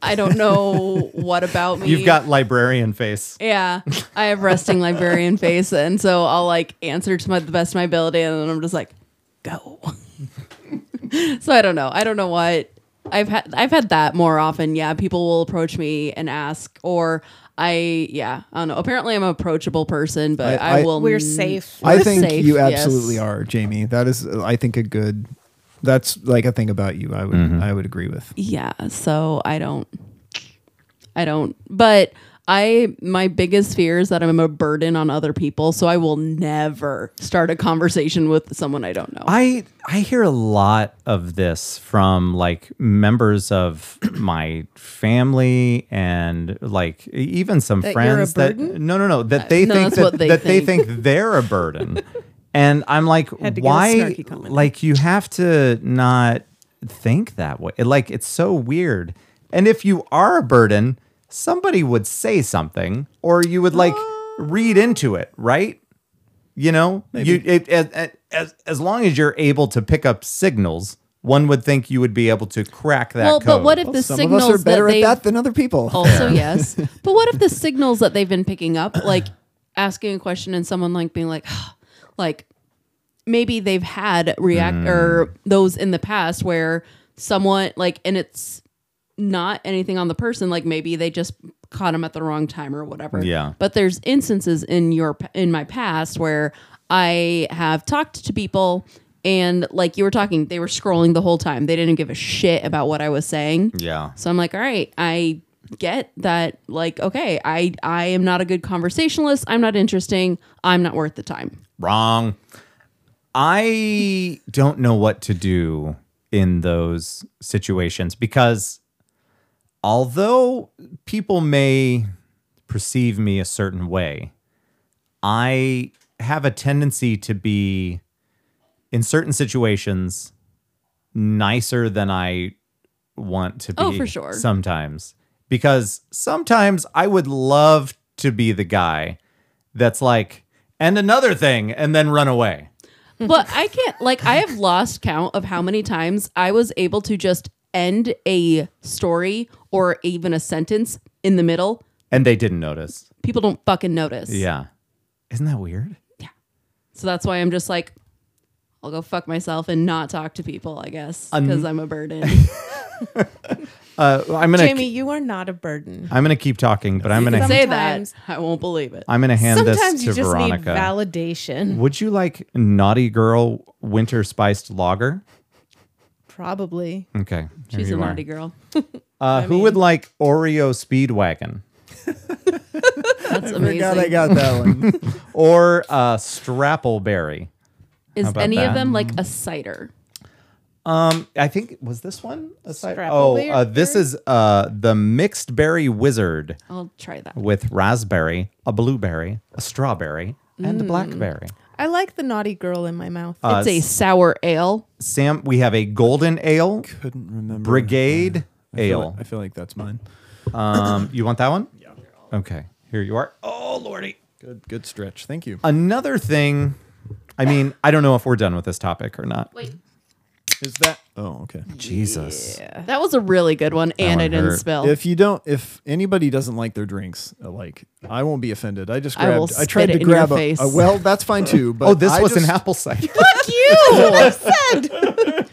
I don't know what about me. You've got librarian face. Yeah, I have resting librarian face, and so I'll like answer to my, the best of my ability, and then I'm just like, go. so I don't know. I don't know what I've had. I've had that more often. Yeah, people will approach me and ask, or I yeah, I don't know. Apparently, I'm an approachable person, but I, I- I- will. We're n- safe. I think safe, you yes. absolutely are, Jamie. That is, uh, I think, a good. That's like a thing about you. I would, Mm-hmm. I would agree with. yeah so i don't i don't but i my biggest fear is that i'm a burden on other people so i will never start a conversation with someone i don't know I I hear a lot of this from like members of my family and like e, even some That you're a friends that burden? no no no that they no, think that's that, what they that they think. think they're a burden. and I'm like Had to get a why snarky comment. like you have to not think that way. It, like it's so weird. And if you are a burden, somebody would say something or you would like read into it, right? you know you it, as, as as long as you're able to pick up signals one would think you would be able to crack that well code but what if the Some signals of us are better that they Oh, at that than other people. also yes but what if the signals that they've been picking up like asking a question and someone like being like like maybe they've had react or those in the past where someone like and it's not anything on the person like maybe they just caught them at the wrong time or whatever Yeah. but there's instances in your in my past where i have talked to people and like you were talking they were scrolling the whole time they didn't give a shit about what i was saying yeah so I'm like, all right, I get that. Like, okay, I I am not a good conversationalist. I'm not interesting. I'm not worth the time. wrong i don't know what to do in those situations because although people may perceive me a certain way i have a tendency to be in certain situations nicer than i want to be Oh, for sure. sometimes because sometimes i would love to be the guy that's like and another thing and then run away but I can't like I have lost count of how many times I was able to just end a story or even a sentence in the middle, And they didn't notice. people don't fucking notice. Yeah. Isn't that weird? So that's why I'm just like, I'll go fuck myself and not talk to people, I guess, because I'm a burden. Uh, well, I'm gonna Jamie, you are not a burden. I'm gonna keep talking, but I'm gonna Some- Say Sometimes- that, I won't believe it. I'm gonna hand Sometimes this you to just need Veronica. validation. Would you like naughty girl winter spiced lager? Probably. Okay, there She's a you are. naughty girl. Uh, who would like Oreo Speedwagon That's Forgot I amazing. got that one. or uh, Strappleberry? Is about any that? of them like a cider? Um, I think was this one. Aside- Oh, Strappleberry? uh, this is uh the mixed berry wizard I'll try that. with raspberry, a blueberry, a strawberry, Mm. and a blackberry. I like the naughty girl in my mouth. it's a sour ale. Sam, we have a golden ale, Couldn't remember. brigade I feel, ale. like, I feel like that's mine. Um, you want that one? Yeah. Okay. Here you are. Oh lordy. Good, good stretch. Thank you. Another thing. I mean, I don't know if we're done with this topic or not. Wait, Is that? Oh, okay. Jesus. that was a really good one, and I one didn't hurt. spill. If you don't, if anybody doesn't like their drinks, uh, like I won't be offended. I just I grabbed. I, will tried spit to it in your grab a, face. a- Well, that's fine too. But Oh, this I was an just- apple cider. Fuck you! I said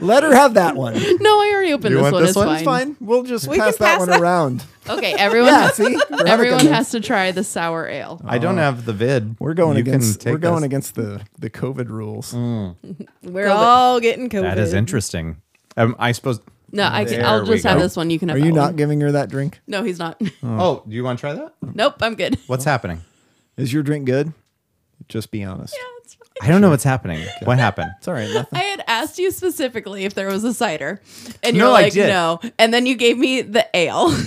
Let her have that one. no, I already opened You this want one. this it's one? fine. It's fine. We'll just We pass can that pass one that- around. Okay, everyone. Yeah. See, Veronica everyone knows. has to try the sour ale. I don't have the vid. Oh. We're going You can against. take We're going this. against the the COVID rules. We're all getting COVID. That is interesting. Um, I suppose. No, I can, There I'll we just have go. this one. You can have. Are you that not one. giving her that drink? No, he's not. Oh, do you want to try that? nope, I'm good. What's happening? Is your drink good? Just be honest. That's fine. I don't know what's happening. What happened? It's all right. Nothing. I had asked you specifically if there was a cider, and you're No, I like, did. no. And then you gave me the ale.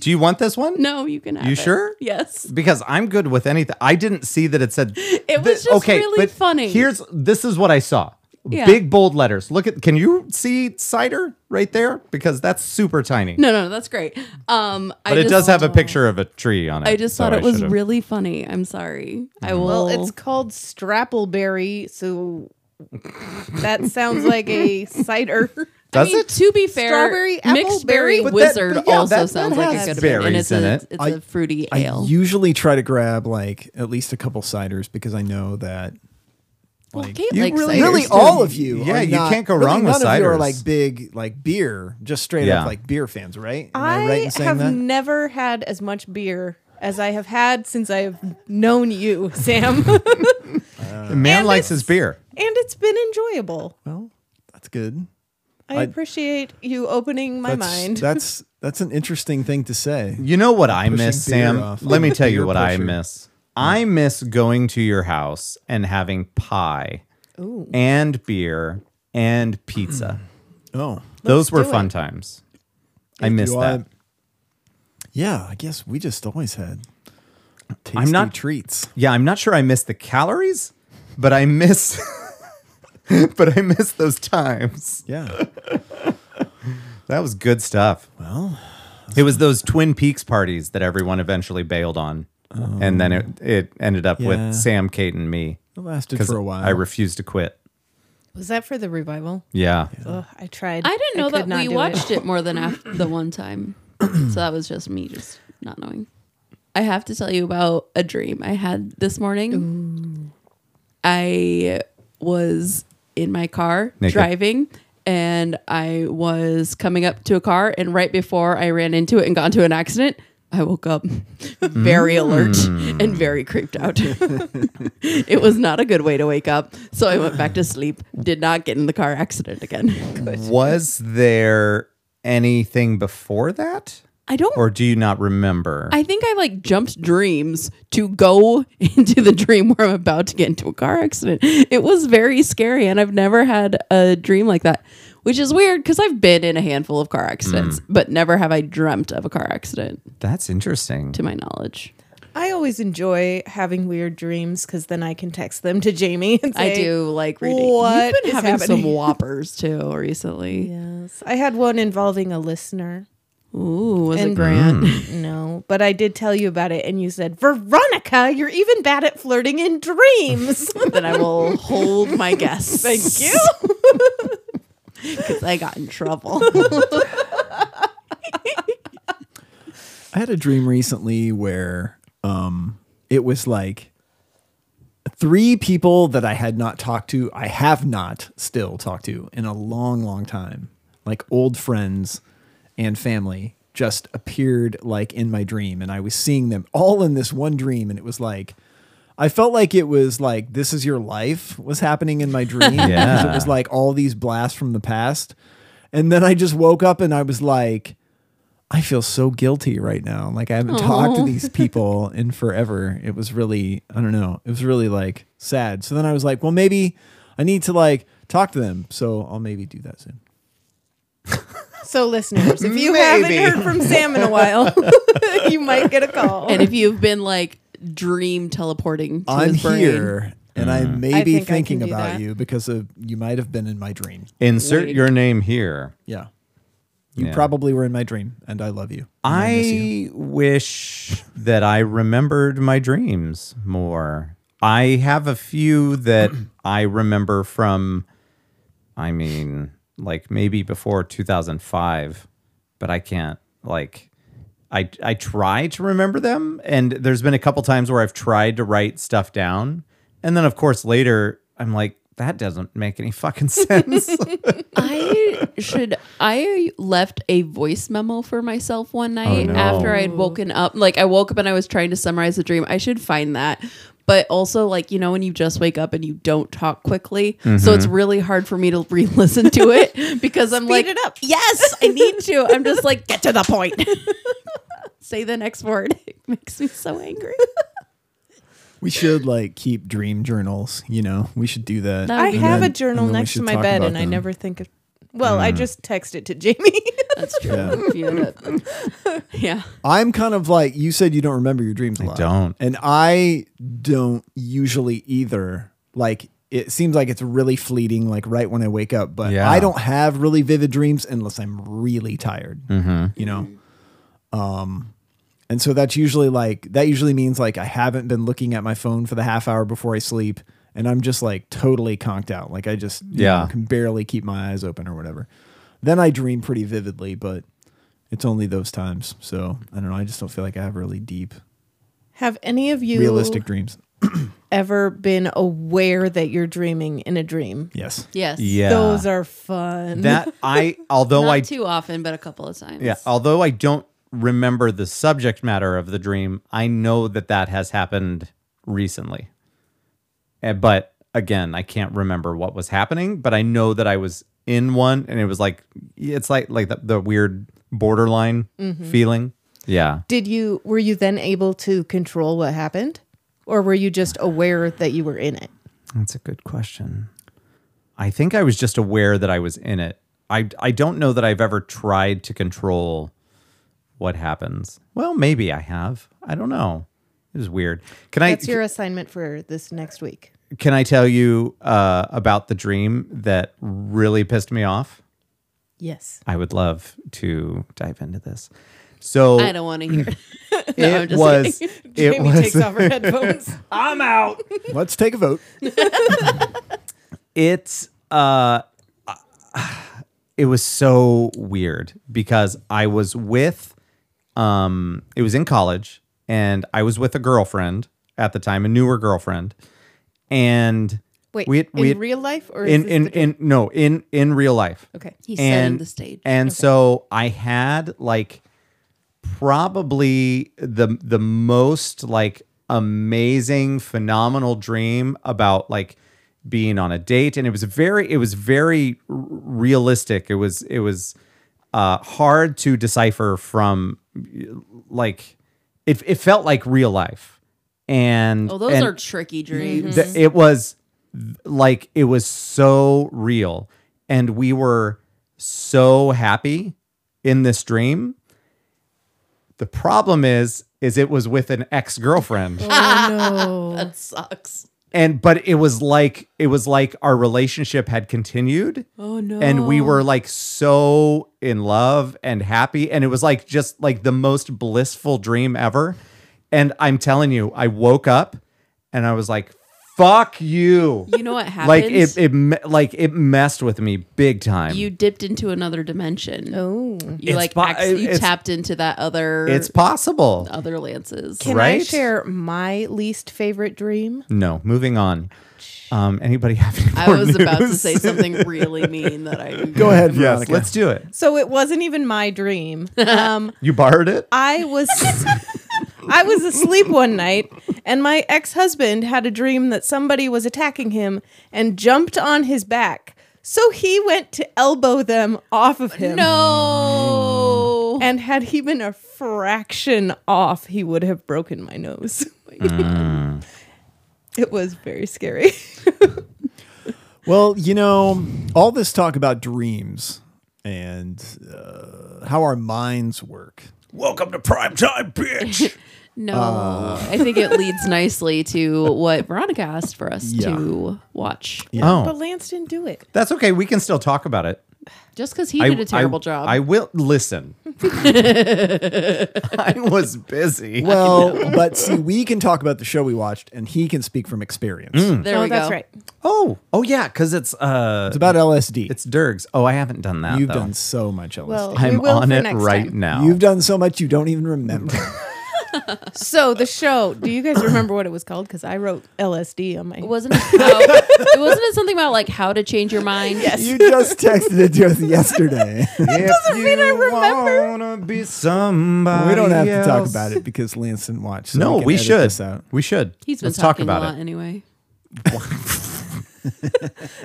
Do you want this one? no, you can have You it. sure? Yes. Because I'm good with anything. I didn't see that it said. It was just really funny. Here's this is what I saw. Yeah. Big bold letters. Look at. Can you see cider right there? Because that's super tiny. No, no, no, that's great. Um, I but it just- does have a picture of a tree on it. I just so thought it was should've- Mm. really funny. I'm sorry. I will. Well, it's called Strappleberry, so that sounds like a cider. I Does mean, it? to be fair, Strawberry, apple, mixed berry? berry But that- wizard but yeah, also that- that sounds like has it could have been, and berries it's in a it. it's I- a fruity I ale. usually try to grab like at least a couple ciders because I know that well, like, Kate you likes really- ciders. Really really Ciders, all too. of you. Yeah, are you not- can't go really wrong none with of you are ciders. like big like beer, just straight Yeah. up like beer fans, right? Am I, I, right in saying have that? never had as much beer as I have had since I've known you, Sam. and The man And likes it's- his beer. it's been enjoyable. well, that's good. I, I- appreciate you opening my That's, mind. That's that's an interesting thing to say. You know what I Pushing miss, beer Sam? off. Let me tell you Beer what I pusher. miss. I miss going to your house and having pie and beer and pizza. Oh, Those were do fun it. times. I miss do I- that. yeah. I guess we just always had tasty not- treats. Yeah, I'm not sure I miss the calories, but I miss but I miss those times. Yeah. That was good stuff. Well, It was those Twin Peaks parties that everyone eventually bailed on. and then it, it ended up Yeah. with Sam, Kate, and me. it lasted Because for a while. I refused to quit. Was that for the revival? Yeah. Ugh, I tried. I didn't know could that not we do it. watched it. more than after the one time. so that was just me just not knowing. I have to tell you about a dream I had this morning. I was in my car Naked. driving and I was coming up to a car and right before I ran into it and got into an accident, I woke up very Mm. alert and very creeped out. it was not a good way to wake up. So I went back to sleep, did not get in the car accident again. Was there anything before that? I don't. Or do you not remember? I think I like jumped dreams to go into the dream where I'm about to get into a car accident. It was very scary, and I've never had a dream like that, which is weird because I've been in a handful of car Mm. accidents, but never have I dreamt of a car accident That's interesting. to my knowledge. I always enjoy having weird dreams because then I can text them to Jamie. And I say, do like reading. what You've been is having happening? some whoppers too recently. Yes, I had one involving a listener. Ooh, was And- it Grant? No, but I did tell you about it, and you said, "Veronica, you're even bad at flirting in dreams." then I will hold my guess. Thank you. because I got in trouble. I had a dream recently where um, it was like three people that I had not talked to, I have not still talked to in a long, long time, like old friends and family just appeared like in my dream. And I was seeing them all in this one dream. And it was like, I felt like it was like, this is your life was happening in my dream. because It was like all these blasts from the past. And then I just woke up and I was like, I feel so guilty right now. Like I haven't talked to these people in forever. It was really, I don't know. It was really like sad. So then I was like, well, maybe I need to like talk to them. So I'll maybe do that soon. So, listeners, if you Maybe. haven't heard from Sam in a while, you might get a call. and if you've been like dream teleporting to I'm his brain, here and I may I be think I can thinking do about that. you because of you might have been in my dream. Insert Wait. your name here. Yeah. You Yeah. probably were in my dream and I love you. and miss you. I wish that I remembered my dreams more. I have a few that I remember from, I mean, like maybe before 2005, but I can't, like, I, I try to remember them. And there's been a couple times where I've tried to write stuff down. And then, of course, later I'm like, that doesn't make any fucking sense. I should. I left a voice memo for myself one Oh, night no. after I had woken up. Like I woke up and I was trying to summarize the dream. I should find that. But also, like you know, when you just wake up and you don't talk quickly, so Mm-hmm. it's really hard for me to re-listen to it because I'm like, it up. yes, I need to. I'm just like, get to the point. Say the next word. It makes me so angry. we should like keep dream journals, you know, we should do that. That I would be And have then- a journal and then we next to should my talk bed, about and I them. Mm. never think of. Well, I just text it to Jamie. That's true. Yeah. If you had a- yeah. I'm kind of like you said you don't remember your dreams a I lot. don't. And I don't usually either. Like it seems like it's really fleeting like right when I wake up, but Yeah. I don't have really vivid dreams unless I'm really tired. Mm-hmm. You know. Um and so that's usually like that usually means like I haven't been looking at my phone for the half hour before I sleep and I'm just like totally conked out. Like I just you Yeah. know, can barely keep my eyes open or whatever. Then I dream pretty vividly, but it's only those times. So I don't know. I just don't feel like I have really deep, have any of you realistic dreams. ever been aware that you're dreaming in a dream? Yes. Yes. yeah. Those are fun. that I, although Not Oh, I too often, but a couple of times. Yeah, although I don't remember the subject matter of the dream, I know that that has happened recently. Eh, But again, I can't remember what was happening, but I know that I was in one and it was like it's like like the, the weird borderline feeling. Yeah. Did you were you then able to control what happened, or were you just aware that you were in it? That's a good question. I think I was just aware that I was in it. I I don't know that I've ever tried to control what happens. Well, maybe I have. I don't know. It was weird. Can I That's your assignment for this next week. can I tell you uh, about the dream that really pissed me off? Yes. I would love to dive into this. So I don't want to hear. it. No, I'm it just was kidding. it Jamie takes was off her headphones. Let's take a vote. it's uh it was so weird because I was with um it was in college and I was with a girlfriend at the time, a newer girlfriend. And Wait, we had- we in had- real life or is in this in, the- in no in in real life. okay? He's setting the stage. And so I had like probably the the most like amazing phenomenal dream about like being on a date and it was very it was very r- realistic. It was it was uh hard to decipher from like it it felt like real life. And oh, those and- are tricky dreams. th- it was th- like it was so real and we were so happy in this dream the problem is is it was with an ex-girlfriend Oh no. That sucks. and but it was like it was like our relationship had continued Oh no. and we were like so in love and happy and it was like just like the most blissful dream ever and i'm telling you i woke up and i was like Fuck you. You know what happened? like it, it, me- like it messed with me big time. you dipped into another dimension. Oh. You It's like po- acc- you it's- tapped into that other it's possible. other lances. Can I Right? share my least favorite dream? No, moving on. Um, anybody have any I more was about to news? say something really mean that I Go ahead, Yes, Veronica. let's do it. So it wasn't even my dream. Um, You borrowed it? I was I was asleep one night and my ex-husband had a dream that somebody was attacking him and jumped on his back. So he went to elbow them off of him. No. And had he been a fraction off, he would have broken my nose. Hmm. It was very scary. Well, you know, all this talk about dreams and uh, how our minds work. Welcome to prime time, bitch. No. I think it leads nicely to what Veronica asked for us Yeah. to watch. but Oh, Lance didn't do it. that's okay. We can still talk about it. Just because he did a terrible job. I will listen. I was busy. Well, but see, we can talk about the show we watched, and he can speak from experience. Mm. there no, we go. Oh, that's right. Oh, oh yeah, because it's uh, It's about LSD. it's Dergs. Oh, I haven't done that. You've though. done so much LSD. Well, we I'm will on for it next right time. now. You've done so much you don't even remember. So the show, do you guys remember what it was called? Because I wrote LSD on my. Wasn't it, how, it wasn't it something about like how to change your mind? Yes. you just texted it to us yesterday. That doesn't mean I remember. Wanna be somebody we don't have to talk else. about it because Lance didn't watch. so No, can we edit should. this out. We should. He's been Let's talk talking about a lot it. anyway.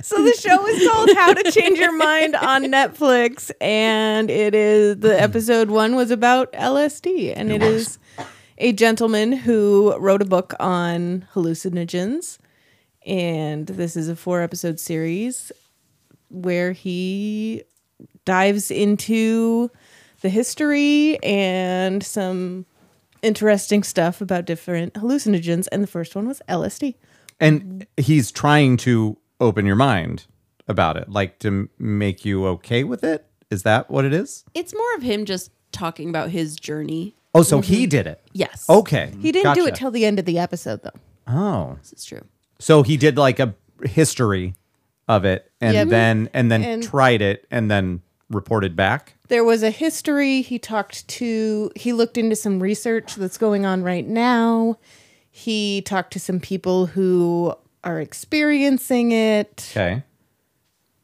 So the show is called How to Change Your Mind on Netflix, and it is the episode one was about LSD, and it is a gentleman who wrote a book on hallucinogens, and this is a four episode series where he dives into the history and some interesting stuff about different hallucinogens, and the first one was LSD. And he's trying to open your mind about it, like to m- make you okay with it. Is that what it is? It's more of him just talking about his journey. Oh, so he did it. Yes. Okay. He didn't do Gotcha. it till the end of the episode, though. Oh. This is true. So he did like a history of it and Yep. then and then And- tried it and then reported back. there was a history he talked to he looked into some research that's going on right now he talked to some people who are experiencing it Okay.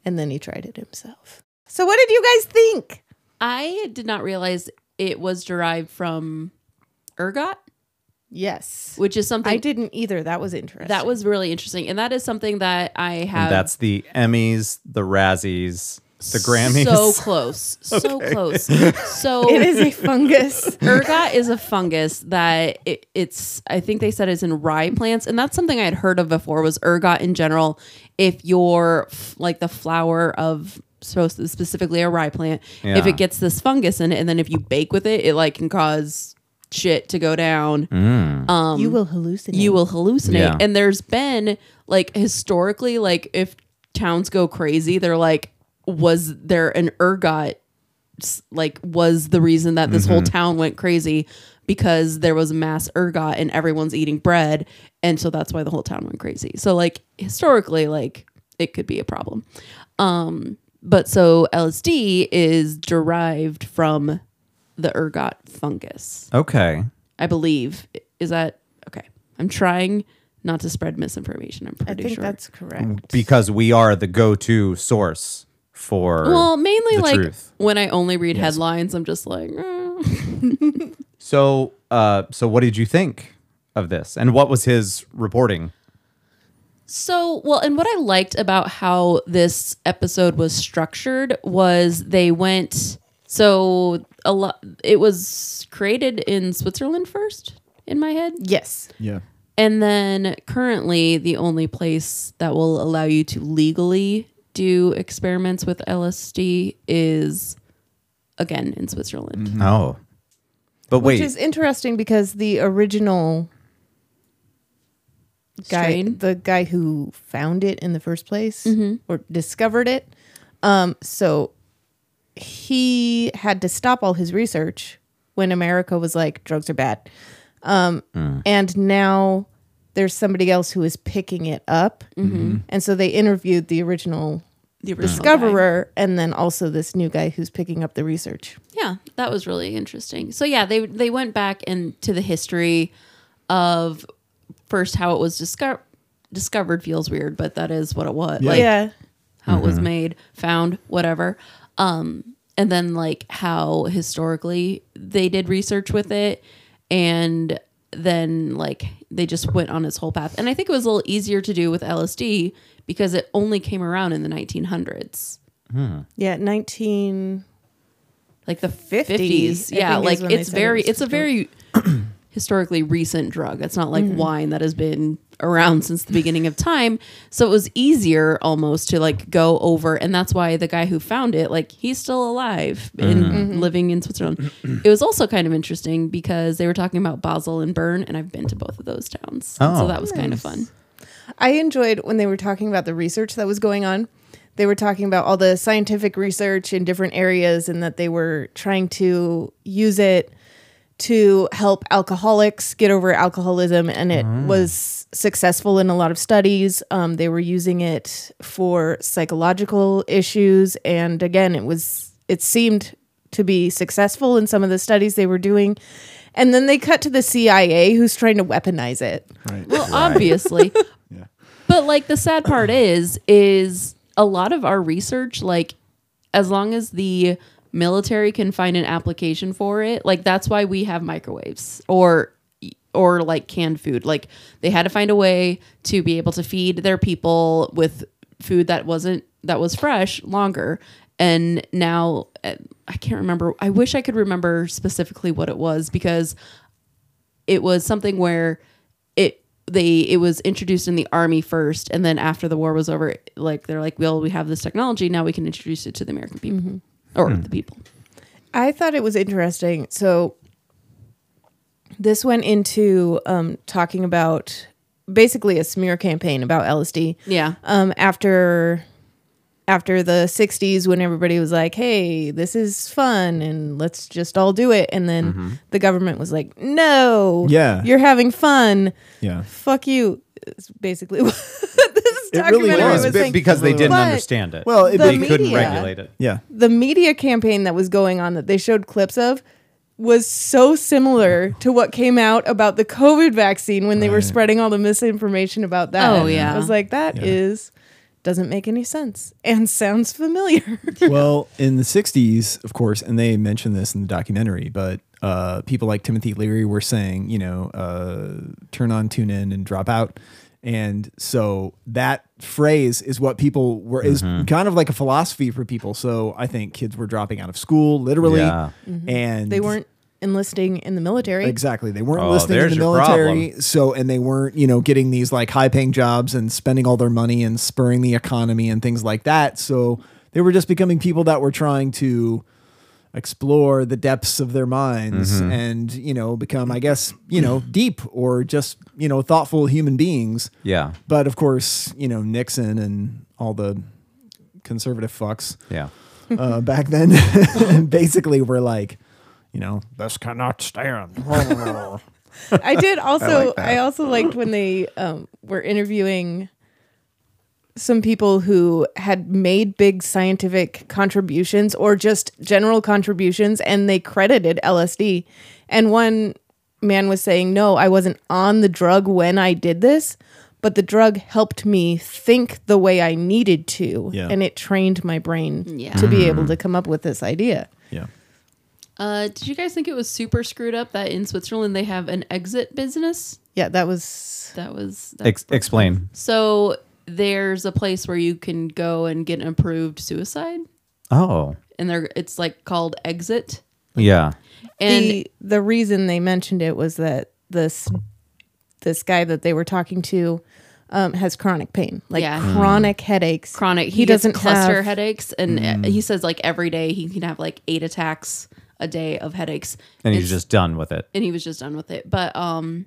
and then he tried it himself so what did you guys think I did not realize it was derived from ergot, yes which is something i didn't either that was interesting that was really interesting. And that is something that I have And that's the Emmys, the Razzies, the Grammys. so close. So close. So it is a fungus ergot is a fungus that it, it's i think they said it's in rye plants and that's something i had heard of before was ergot in general if you're f- like the flower of supposed to, specifically a rye plant if Yeah. it gets this fungus in it and then if you bake with it it like can cause shit to go down you will Um, hallucinate you will hallucinate. Yeah. And there's been like historically, like if towns go crazy, they're like, was there an ergot? s- Like, was the reason that this Mm-hmm. whole town went crazy because there was a mass ergot and everyone's eating bread, and so that's why the whole town went crazy. So like historically, like it could be a problem. Um, but so LSD is derived from the ergot fungus. okay. I believe. Is that okay? I'm trying not to spread misinformation. I'm i pretty think sure. that's correct Because we are the go to source for well, mainly the like truth. when I only read headlines, I'm just like, eh. So, uh, so what did you think of this, and what was his reporting? So, well, and what I liked about how this episode was structured was they went so a lot it was created in Switzerland first in my head. yes Yeah. And then currently, the only place that will allow you to legally do experiments with LSD is again in Switzerland. Oh, but wait, which is interesting because the original guy, Strain? the guy who found it in the first place or discovered it, um, so he had to stop all his research when America was like drugs are bad, um, and now there's somebody else who is picking it up. And so they interviewed the original the original guy. discoverer and then also this new guy who's picking up the research. Yeah, that was really interesting. So yeah, they they went back and to the history of first how it was discovered. Discovered feels weird, but that is what it was. Like yeah. how it was made, found, whatever. Um, and then like how historically they did research with it, and then like they just went on this whole path. And I think it was a little easier to do with LSD because it only came around in the 1900s. Yeah, 19 like the 50s, 50s. I Yeah, think is like when they it's said it very, was it's a very historically recent drug. It's not Mm. like wine that has been around since the beginning of time. So it was easier almost to like go over. And that's why the guy who found it, like he's still alive and Mm-hmm. living in Switzerland. it was also kind of interesting because they were talking about Basel and Bern, and I've been to both of those towns. And Oh. so that was kind of fun. I enjoyed when they were talking about the research that was going on. They were talking about all the scientific research in different areas and that they were trying to use it to help alcoholics get over alcoholism. And it was successful in a lot of studies. Um, they were using it for psychological issues. And again, it was, it seemed to be successful in some of the studies they were doing. And then they cut to the CIA who's trying to weaponize it. Right. Well, obviously. But like the sad part is is a lot of our research like as long as the military can find an application for it, like that's why we have microwaves or or like canned food. Like they had to find a way to be able to feed their people with food that wasn't that was fresh longer. And now eh, I can't remember. I wish I could remember specifically what it was because it was something where it they it was introduced in the army first and then after the war was over like they're like well we have this technology now we can introduce it to the american people or the people I thought it was interesting. So this went into um, talking about basically a smear campaign about LSD. yeah Um, after after the 60s when everybody was like hey this is fun and let's just all do it and then the government was like no Mm-hmm. Yeah. you're having fun Yeah. fuck you it's basically what this It really documentary was, was. It Be- saying because they didn't But understand it. Well, it- they the couldn't media- regulate it. Yeah. the media campaign that was going on that they showed clips of was so similar to what came out about the COVID vaccine when they were spreading all the misinformation about that. Oh, yeah. I was like, that is- doesn't make any sense and sounds familiar. well, in the 60s, of course, and they mentioned this in the documentary, but uh, people like Timothy Leary were saying, you know, uh, turn on, tune in, and drop out. And so that phrase is what people were, is kind of like a philosophy for people. So I think kids were dropping out of school, literally. Yeah. And Mm-hmm. they weren't enlisting in the military. Exactly. They weren't Oh, listening to there's the your military. problem. So, and they weren't, you know, getting these like high paying jobs and spending all their money and spurring the economy and things like that. So they were just becoming people that were trying to explore the depths of their minds Mm-hmm. and, you know, become, I guess, you know, deep or just, you know, thoughtful human beings. Yeah. But of course, you know, Nixon and all the conservative fucks Yeah. uh, back then basically were like, you know, this cannot stand. I did also. I, like that. also liked when they um, were interviewing some people who had made big scientific contributions or just general contributions, and they credited LSD. And one man was saying, "No, I wasn't on the drug when I did this." But the drug helped me think the way I needed to, Yeah. and it trained my brain Yeah. to be able to come up with this idea. yeah. uh did you guys think it was super screwed up that in switzerland they have an exit business Yeah, that was that was that Ex- explain. so there's a place where you can go and get an approved suicide Oh. and they're it's like called exit Yeah. and the the reason they mentioned it was that this this guy that they were talking to um, has chronic pain, like Yeah. chronic headaches. chronic. He, doesn't doesn't gets cluster have- headaches, and Mm. uh, he says like every day he can have like eight attacks a day of headaches, And he's It's- just done with it. and he was just done with it. But um,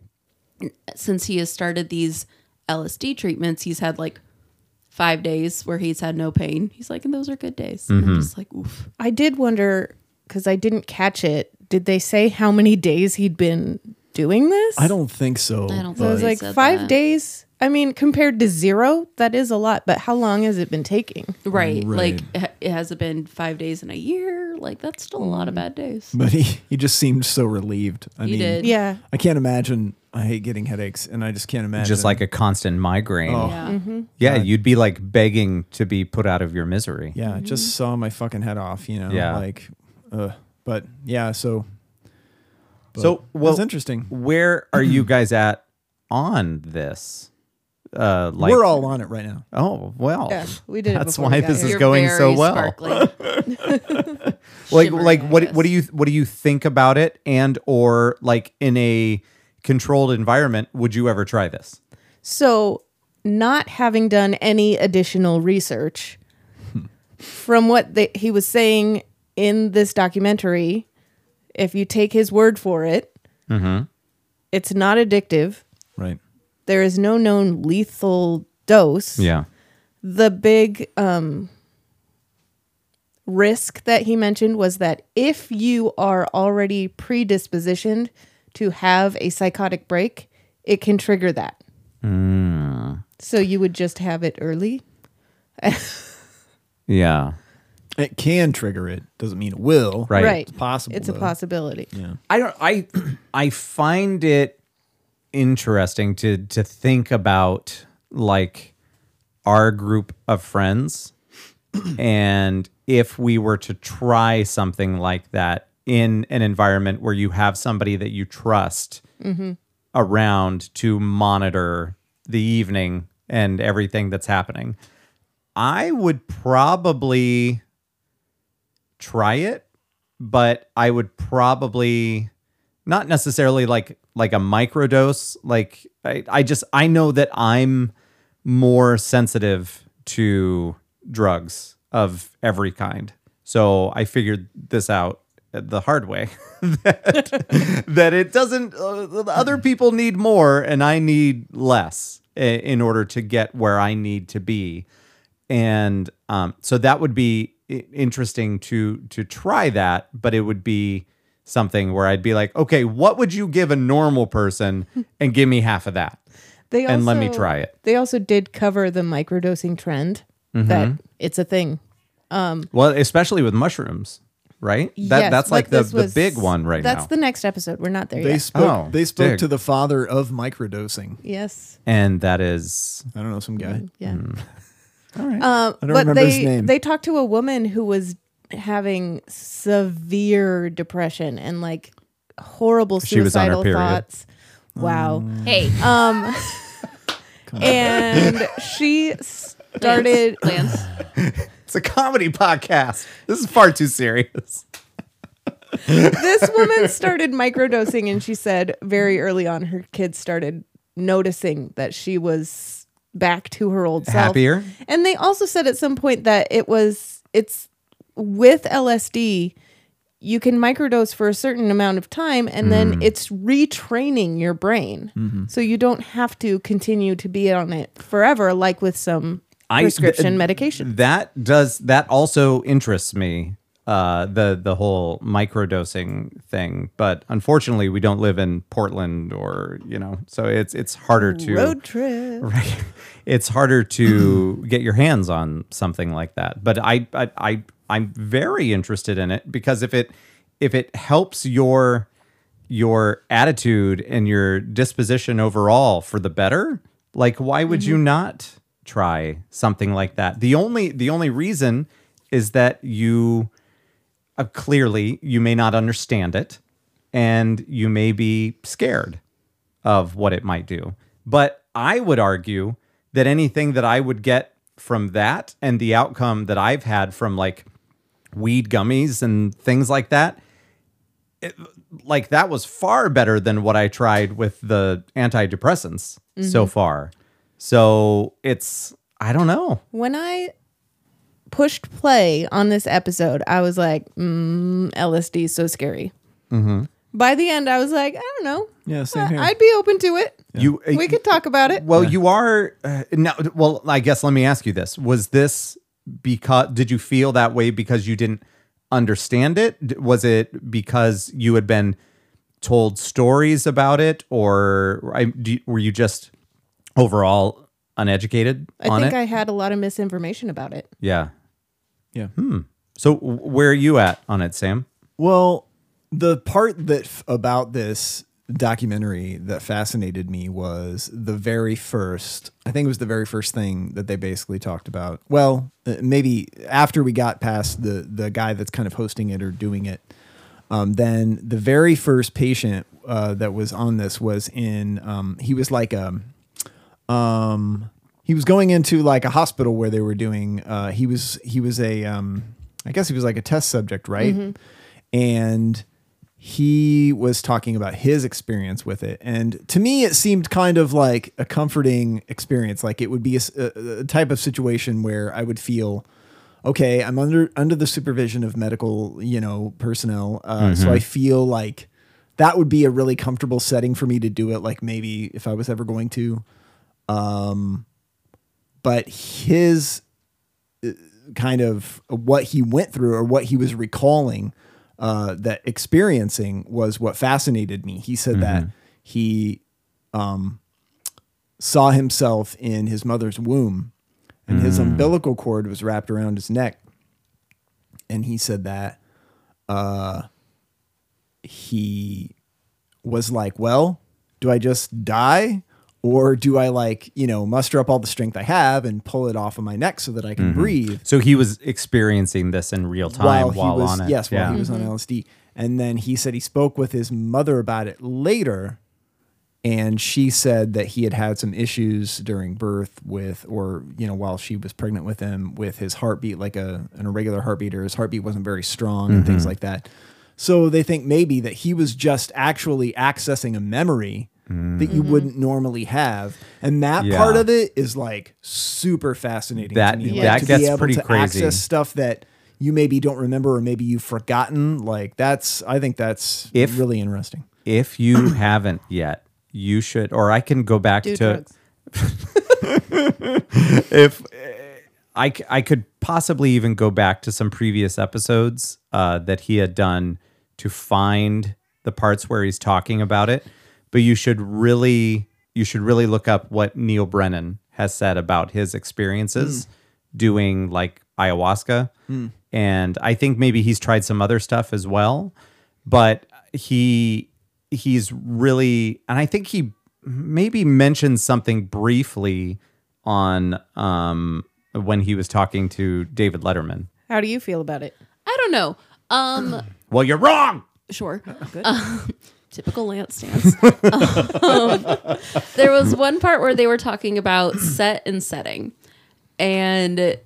since he has started these LSD treatments, he's had like five days where he's had no pain. He's like, and those are good days. And Mm-hmm. I'm just like, oof. I did wonder because I didn't catch it. Did they say how many days he'd been doing this? I don't think so. I don't So I was They like said five that. days. I mean, compared to zero, that is a lot. But how long has it been taking? Right. Right. Like it ha- it hasn't been five days in a year. Like that's still a Mm. lot of bad days. But he, he just seemed so relieved. I He mean, did. Yeah, I can't imagine. I hate getting headaches, and I just can't imagine. Oh. Just like a constant migraine. Yeah. Yeah, you'd be like begging to be put out of your misery. yeah, I Mm-hmm. just saw my fucking head off. You know, Yeah. like, uh, but yeah, so So, well, that's interesting. where are you guys at on this? Uh, like, We're all on it right now. oh well, yeah, we did. It that's before we why got this here. is going so well. like, Shivering, like I what what do guess. you what do you think about it? And or like in a controlled environment, would you ever try this? So, not having done any additional research, from what the, he was saying in this documentary, if you take his word for it, it's not addictive. Right. There is no known lethal dose. Yeah, the big um, risk that he mentioned was that if you are already predispositioned to have a psychotic break, it can trigger that. Hmm. So you would just have it early. yeah, It can trigger it. Doesn't mean it will. right. Right. It's possible, It's a though. possibility. I don't I I find it interesting to to think about like our group of friends and if we were to try something like that in an environment where you have somebody that you trust around to monitor the evening and everything that's happening I would probably try it, but I would probably not necessarily like like a microdose. Like I, I just I know that I'm more sensitive to drugs of every kind. So I figured this out the hard way that, that it doesn't uh, other people need more and I need less i- in order to get where I need to be and um, so that would be i- interesting to to try that but it would be something where i'd be like okay what would you give a normal person and give me half of that They also, and let me try it They also did cover the microdosing trend Mm-hmm. that it's a thing. well especially with mushrooms right that, Yes, that's but like the, this was- the big one right That's now the next episode. We're not there They yet. spoke. Oh, they spoke dig. to the father of microdosing. yes. and that is I don't know some guy. Mm-hmm. Yeah. all right Um, I don't but remember they, his name. They talked to a woman who was having severe depression and like horrible She was on her suicidal period. thoughts. Wow. Hey, Um, and she started. Lance. it's a comedy podcast this is far too serious This woman started microdosing, and she said very early on her kids started noticing that she was back to her old self. happier And they also said at some point that it was it's with LSD you can microdose for a certain amount of time and Hmm. then it's retraining your brain. Mm-hmm. So you don't have to continue to be on it forever like with some I- prescription th- medication. That does that also interests me. Uh, the the whole microdosing thing, but unfortunately, we don't live in Portland, or you know, so it's it's harder to Road trip. right. It's harder to get your hands on something like that. But I, I, I, I'm very interested in it because if it, if it helps your, your attitude and your disposition overall for the better, like why would you not try something like that? The only, the only reason is that you, uh, clearly you may not understand it and you may be scared of what it might do. But I would argue that anything that I would get from that and the outcome that I've had from like weed gummies and things like that, it, like that was far better than what I tried with the antidepressants so far. So it's, I don't know. When I pushed play on this episode, I was like, mm, LSD is so scary. By the end, I was like, I don't know. Yeah, same Uh, I- here. I'd be open to it. You, We could talk about it. Well, you are uh, now. Well, I guess let me ask you this: Was this because did you feel that way because you didn't understand it? D- Was it because you had been told stories about it, or I, do you- were you just overall uneducated I on think it? I had a lot of misinformation about it. yeah. Yeah. So w- where are you at on it, Sam? Well, the part that f- about this documentary that fascinated me was the very first. I think it was the very first thing that they basically talked about. Well, uh, maybe after we got past the the guy that's kind of hosting it or doing it, um, then the very first patient uh, that was on this was in. Um, he was like um, um, he was going into like a hospital where they were doing. Uh, he was he was a um, I guess he was like a test subject, right? And he was talking about his experience with it, and to me, it seemed kind of like a comforting experience. Like it would be a, s- a- a type of situation where I would feel. Okay, I'm under under the supervision of medical, you know, personnel. Uh, So I feel like that would be a really comfortable setting for me to do it. Like maybe if I was ever going to, but his uh, kind of what he went through or what he was recalling uh, that experiencing was what fascinated me. He said that he um, saw himself in his mother's womb and his umbilical cord was wrapped around his neck. And he said that uh, he was like, Well, do I just die? Or do I like, you know, muster up all the strength I have and pull it off of my neck so that I can breathe? So he was experiencing this in real time while, he was, on it. Yes, while yeah. he was on LSD. And then he said he spoke with his mother about it later. And she said that he had had some issues during birth with, or, you know, while she was pregnant with him, with his heartbeat, like a, an irregular heartbeat, or his heartbeat wasn't very strong and Mm-hmm. things like that. So they think maybe that he was just actually accessing a memory that you wouldn't normally have. And that Mm. Yeah. part of it is like super fascinating That- to me. that like, to gets be able pretty to crazy. access stuff that you maybe don't remember or maybe you've forgotten. Like that's, I think that's If- really interesting. If you haven't yet, you should, or I can go back Do to drugs. if eh, I, c- I could possibly even go back to some previous episodes uh, that he had done to find the parts where he's talking about it. But you should really you should really look up what Neil Brennan has said about his experiences doing like ayahuasca. And I think maybe he's tried some other stuff as well, but he he's really and I think he maybe mentioned something briefly on um when he was talking to David Letterman. How do you feel about it? I don't know. Um, Well, you're wrong. sure. Um, typical Lance stance. Um, there was one part where they were talking about set and setting. And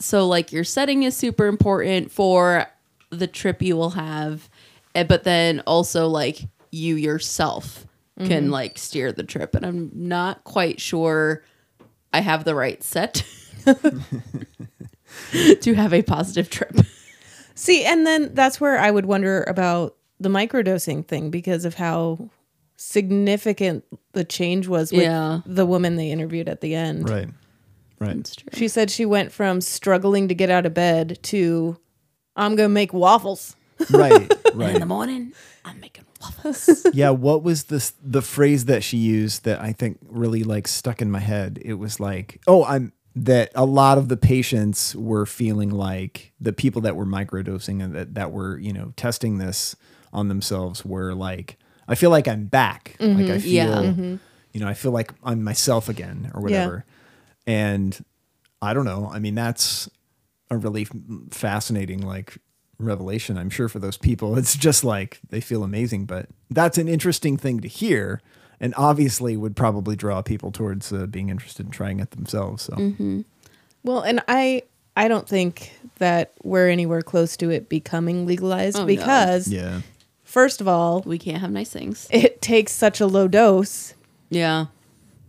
so, like, your setting is super important for the trip you will have. eh, But then also, like, you yourself can, like, steer the trip. And I'm not quite sure I have the right set to have a positive trip. See, and then that's where I would wonder about the microdosing thing because of how significant the change was with Yeah. the woman they interviewed at the end. Right. Right. It's true. She said she went from struggling to get out of bed to I'm going to make waffles. Right. in the Right. morning, I'm making waffles. yeah. What was this, the phrase that she used that I think really like stuck in my head? It was like, oh, I'm, that a lot of the patients were feeling like the people that were microdosing and that, that were, you know, testing this on themselves were like, I feel like I'm back. Like I feel, Yeah. you know, I feel like I'm myself again or whatever. And I don't know. I mean, that's a really f- fascinating like revelation. I'm sure for those people, it's just like they feel amazing. But that's an interesting thing to hear, and obviously would probably draw people towards uh, being interested in trying it themselves. So Well, and I I don't think that we're anywhere close to it becoming legalized Oh, no. because yeah, first of all, we can't have nice things. it takes such a low dose Yeah.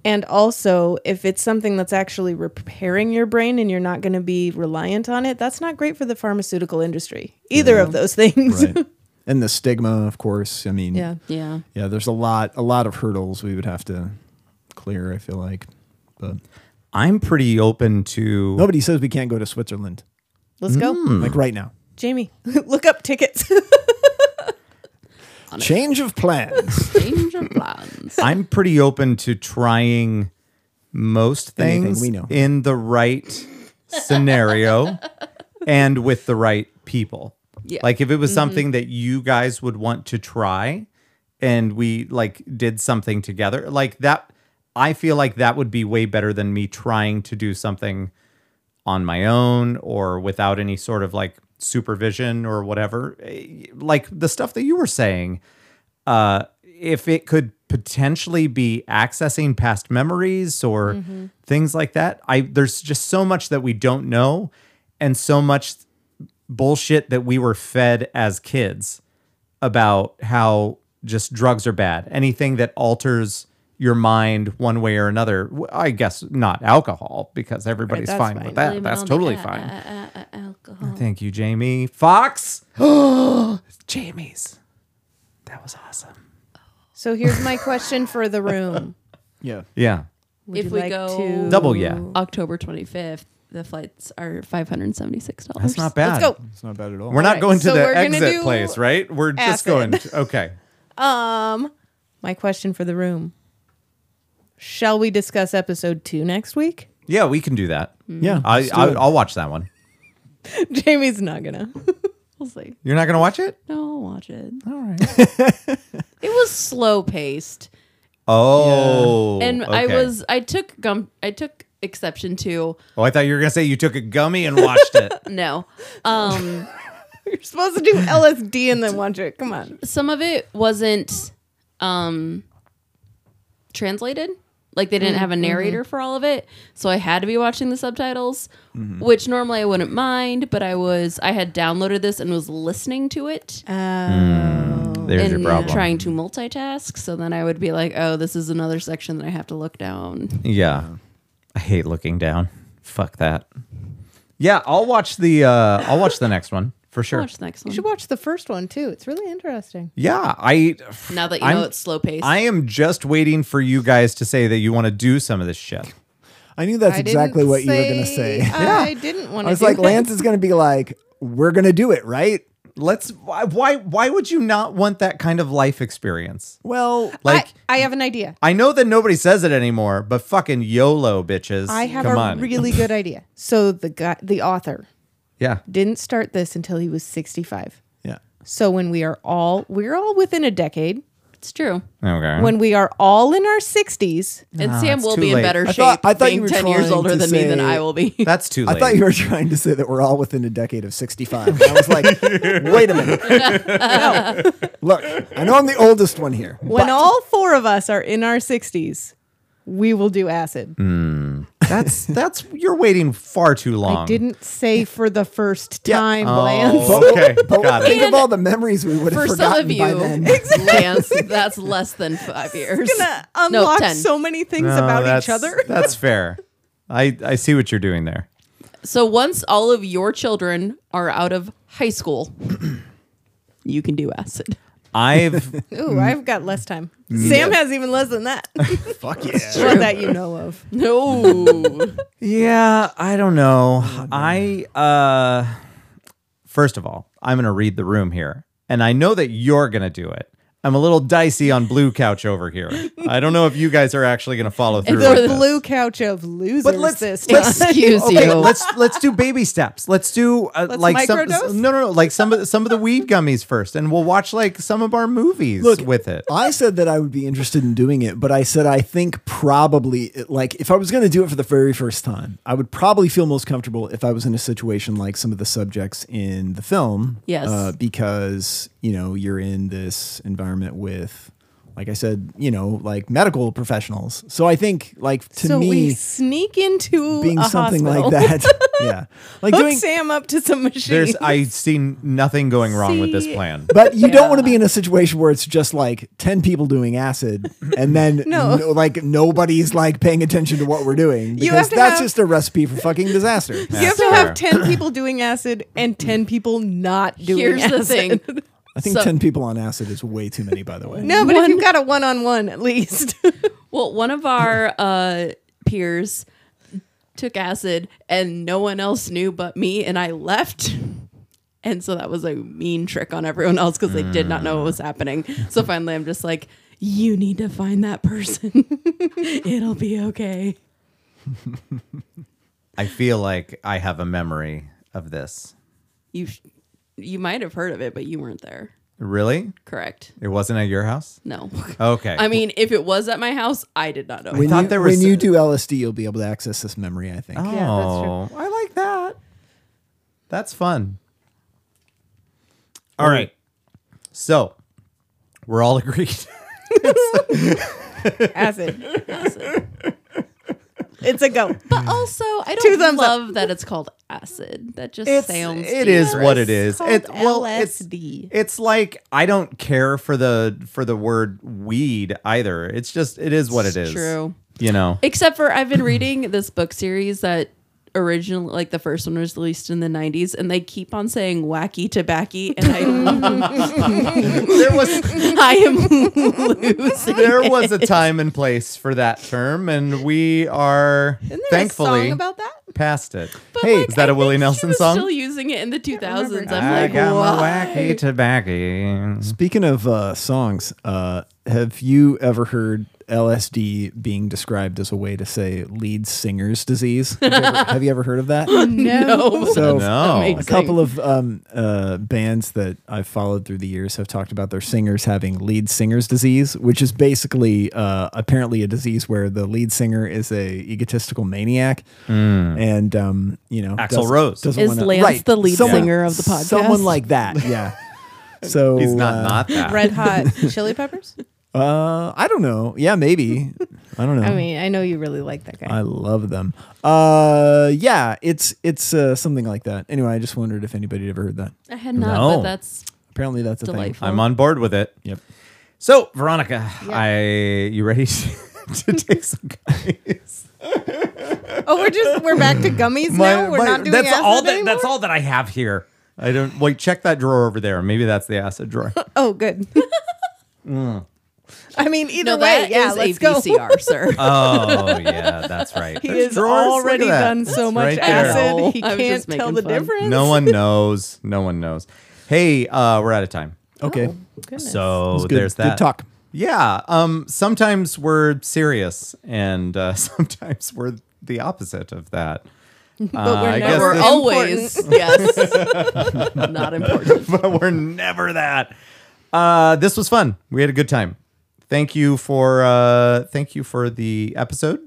And also, if it's something that's actually repairing your brain and you're not going to be reliant on it, that's not great for the pharmaceutical industry. Either of those things. right. and the stigma, of course. I mean, yeah. Yeah. yeah. There's a lot, a lot of hurdles we would have to clear. I feel like, but I'm pretty open to nobody says we can't go to Switzerland Mm. Let's go. Mm. like right now. Jamie, look up tickets. on it. Change of plans. Change of plans. I'm pretty open to trying most Anything things we know. in the right scenario and with the right people. Yeah. Like if it Mm-hmm. was something that you guys would want to try and we like did something together, like that I feel like that would be way better than me trying to do something on my own or without any sort of like supervision or whatever. Eh, Like the stuff that you were saying, uh, if it could potentially be accessing past memories or Mm-hmm. things like that, I there's just so much that we don't know and so much bullshit that we were fed as kids about how just drugs are bad. Anything that alters your mind one way or another. W- I guess not alcohol because everybody's that's fine, fine. with that. Blame it that's on totally the, uh, fine. uh, uh, uh, alcohol. Thank you, Jamie. Fox. Jamie's. That was awesome. So here's my question for the room. yeah. Yeah. Would If you we like go- to- Double yeah. October 25th, the flights are $576. That's not bad. Let's go. It's not bad at all. We're not Alright, going to so the we're gonna exit do place, right? We're just acid. going. To, okay. Um, my question for the room. Shall we discuss episode two next week? Yeah, we can do that. Mm-hmm. yeah. I, let's do I it. I'll watch that one. Jamie's not gonna. We'll see. You're not gonna watch it? No, I'll watch it. All right. It was slow paced. Oh. And I okay. was I took gum I took exception to Oh, I thought you were gonna say you took a gummy and watched it. no. Um You're supposed to do LSD and then watch it. Come on. some of it wasn't um translated like they didn't Mm, have a mm-hmm. narrator for all of it so i had to be watching the subtitles Mm-hmm. which normally i wouldn't mind but i was i had downloaded this and was listening to it There's and trying to multitask so then i would be like oh this is another section that i have to look down yeah. I hate looking down. Fuck that. Yeah, I'll watch the uh I'll watch the next one for sure. watch the next You one should watch the first one too. It's really interesting. Yeah, I now that you I'm- know it's slow paced I am just waiting for you guys to say that you want to do some of this shit. I knew that's I didn't exactly what you were going to say. I didn't want I to. was like, Lance is going to be like, we're going to do it, right? Let's why why why would you not want that kind of life experience? Well, Like I, I have an idea. I know that nobody says it anymore, but fucking YOLO bitches. I have Come a on. really good idea. So the guy, the author, yeah. didn't start this until he was 65. yeah. So when we are all, we're all within a decade. it's true Okay. When we we are all in our 60s, and sam it's will too be in late. better I shape thought- I thought being you were 10 years trying older to than me than say- i will be That's too late. I thought you were trying to say that we're all within a decade of 65. I was like, wait a minute. Look, I know I'm the oldest one here. when all four of us are in our 60s, we will do acid. That's that's you're waiting far too long. I didn't say for the first Yeah. time, Lance. Oh, okay, But got it. think of all the memories we would have for forgotten some of you, by then. Lance, that's less than five years. Gonna unlock no, 10. so many things No, about that's- each other. that's fair. I I see what you're doing there. So once all of your children are out of high school, you can do acid. I've Ooh, I've got less time. Sam has even less than that. Fuck yeah. Or that you know of. No. yeah, I don't know. I uh first of all, I'm going to read the room here. And I know that you're going to do it. I'm a little dicey on blue couch over here. I don't know if you guys are actually going to follow through. the with The this. blue couch of losers but let's- let's, this time. let's- Excuse Okay, you. let's let's do baby steps. Let's do uh, Let's like some microdose? no no no like some of some of the weed gummies first, and we'll watch like some of our movies with it. I said that I would be interested in doing it, but I said I think probably, like, if I was going to do it for the very first time, I would probably feel most comfortable if I was in a situation like some of the subjects in the film. uh, Yes. because, you know, you're in this environment with, like I said, you know, like medical professionals. So I think, like, to so we me, sneak into being a something hospital. like that. yeah. Like Hook doing. Sam up to some machine. There's I see nothing going wrong with this See? plan. But you Yeah. don't want to be in a situation where it's just like 10 people doing acid and then No. no- like nobody's like paying attention to what we're doing You because have to that's have- just a recipe for fucking disaster. you have Sure. to have ten people doing acid and ten people not doing Here's acid. the thing. I think So- 10 people on acid is way too many, by the way. No, but if One- you've got a one on one at least. Well, one of our uh, peers took acid and no one else knew but me, and I left. And so that was a mean trick on everyone else because they did not know what was happening. So finally, I'm just like, you need to find that person. It'll be okay. I feel like I have a memory of this. You, sh- you might have heard of it, but you weren't there. Really? Correct? It wasn't at your house? No. Okay. I mean, if it was at my house, I did not know. When, thought you, there was when you a- do LSD, you'll be able to access this memory, I think. oh, that's I like that. That's fun. All right. So we're all agreed. Acid. Acid. It's a go. But also, I Two don't thumbs up. love that it's called acid. That just It's, sounds. it is Yeah. what it is. called It, well, it's, LSD. it's like I don't care for the for the word weed either. It's just it is what it It's is. true. You know. Except for I've been reading this book series that originally, like the first one was released in the 90s, and they keep on saying wacky tobacco, and I, there was I am losing. there was a time and place for that term, and we are Isn't there thankfully a song about that? past it. But, hey, like, is that a a Willie Nelson song? Ah, Still using it in the 2000s. I'm I like, got "Why?" my wacky tobacco. Speaking of uh, songs, uh, have you ever heard LSD being described as a way to say lead singer's disease? Have you ever, have you ever heard of that? no. So No. a amazing. couple of um, uh, bands that I've followed through the years have talked about their singers having lead singer's disease, which is basically uh, apparently a disease where the lead singer is a egotistical maniac, and um, you know Mm. Axl doesn't- Rose. doesn't Is wanna- Lance the lead someone- singer of the podcast? Someone like that, yeah. So He's not uh, not that. Red Hot Chili Peppers? Uh, I don't know. Yeah, maybe. I don't know. I mean, I know you really like that guy. I love them. Uh, yeah, it's it's uh, something like that. Anyway, I just wondered if anybody had ever heard that. I had not, No. but that's Apparently, that's a Delightful. I'm on board with it. thing. Yep. So, Veronica, I you ready to take some gummies? oh, we're just we're back to gummies now. We're My- my- not doing that's acid all that anymore? that's all that I have here. I don't wait. Check that drawer over there. Maybe that's the acid drawer. Oh, good. I mean, either Mm. no, way, that yeah, is let's a go. VCR, sir. oh yeah, that's right. He There's has drawers. Look at already that. done so It's much right there. acid, he I was can't just making tell the fun. difference. No one knows. No one knows. Hey, uh, we're out of time. Oh. Okay. Goodness. So Good- there's that. Good talk. Yeah. Um. Sometimes we're serious, and uh, sometimes we're the opposite of that. Uh, but we're I guess never We're this- always yes, not important. but we're never that. Uh, this was fun. We had a good time. Thank you for uh, thank you for the episode.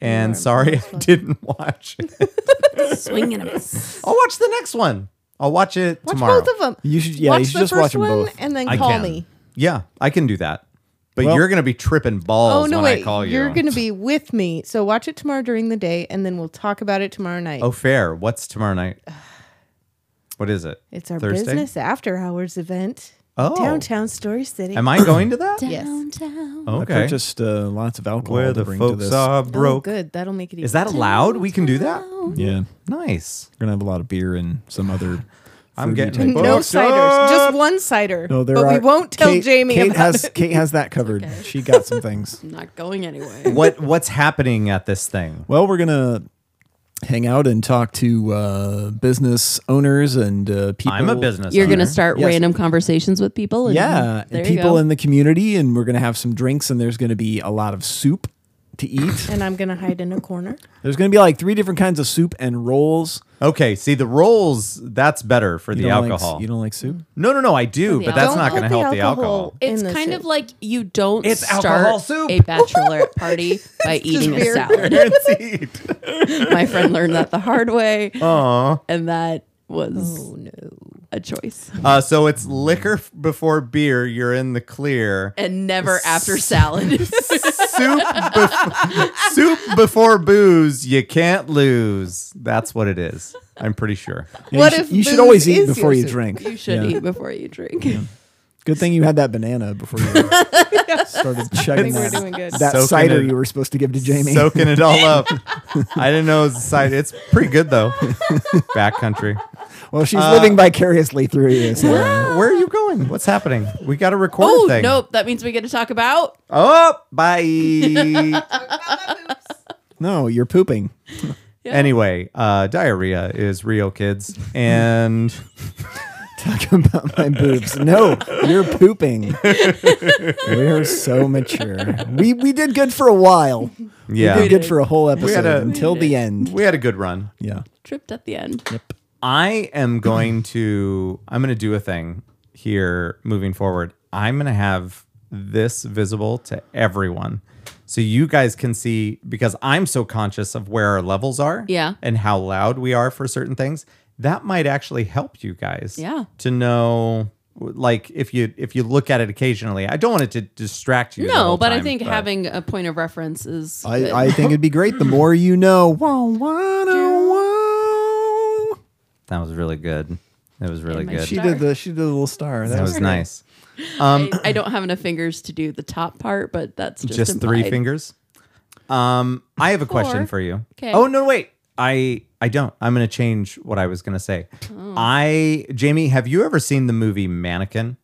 And sorry I didn't watch. it. Swing and a miss. I'll watch the next one. I'll watch it watch tomorrow. both of them. You should- yeah, watch you should the just first watch 'em one both. and then I call can. me. Yeah, I can do that. But Well- you're gonna be tripping Oh balls no, when wait! I call you. You're gonna be with me, so watch it tomorrow during the day, and then we'll talk about it tomorrow night. Oh, fair. What's tomorrow night? What is it? it's our business after hours event. Oh. downtown Story City. Am I going to that? Yes. Downtown. I okay. purchased uh, lots of alcohol Where to the bring to folks this. are broke. Oh, good. That'll make it. Easy. Is that allowed? We can do that. Yeah, we're Nice. gonna have a lot of beer and some other. I'm fruity getting type- no booked ciders? up. Just one cider. No, there but are. we won't tell Kate- Jamie. Kate about has it. Kate has that covered. She got some things. I'm not going anyway. what what's happening at this thing? Well, we're gonna hang out and talk to uh, business owners and uh, people. I'm a business. You're owner. gonna start Yes. random conversations with people. And Mm-hmm. Yeah, there and you people go. in the community, and we're gonna have some drinks, and there's gonna be a lot of soup to eat. And I'm gonna hide in a corner. there's gonna be like three different kinds of soup and rolls. Okay, see the rolls. That's better for You the don't like- alcohol. you don't like soup? no, no, no. I do, the but that's alcohol. not Don't gonna put help the the alcohol. alcohol. it's in the kind soup. of like you don't It's start alcohol soup. a bachelorette party by eating a beer. salad. Guaranteed. My friend learned that the hard way, and that was Oh no. a choice. uh, so it's liquor f- before beer. You're in the clear. And never after salad. soup, bef- soup before booze. You can't lose. That's what it is. I'm pretty sure. Yeah, What you if should, you should booze always eat is before your you soup? drink? you should Yeah. eat before you drink. Good thing you had that banana before you started chugging we're that, doing good. that Soaking cider it. you were supposed to give to Jamie. Soaking it all up. I didn't know it was a side. It's pretty good though. Backcountry. well, she's uh, living vicariously through you. so- Where are you going? What's happening? We got to record Ah. Oh, a thing. nope. That means we get to talk about Oh, bye. no, you're pooping. Anyway, uh, diarrhea is real, kids, and Talk about my boobs. No, you're pooping. We're so mature. We we did good for a while. Yeah. We did good for a whole episode had a- until the end. We had a good run. Yeah. Tripped at the end. I am going to I'm going to do a thing here moving forward. I'm going to have this visible to everyone. So you guys can see because I'm so conscious of where our levels are Yeah. and how loud we are for certain things. That might actually help you guys Yeah. to know like if you if you look at it occasionally. I don't want it to distract you. the No, whole but I time, think having a point of reference is. good. I, I think it'd be great. The more you know. Wow, wow, wow. that was really good. It was really And my good. She Star. did the she did a little star. That that was was nice. I, I don't have enough fingers to do the top part, but that's just, um, just three implied. fingers. Um, I have a question Four. for you. 'Kay. Oh no, wait. I I don't. I'm going to change what I was going to say. Oh. I Jamie, have you ever seen the movie Mannequin?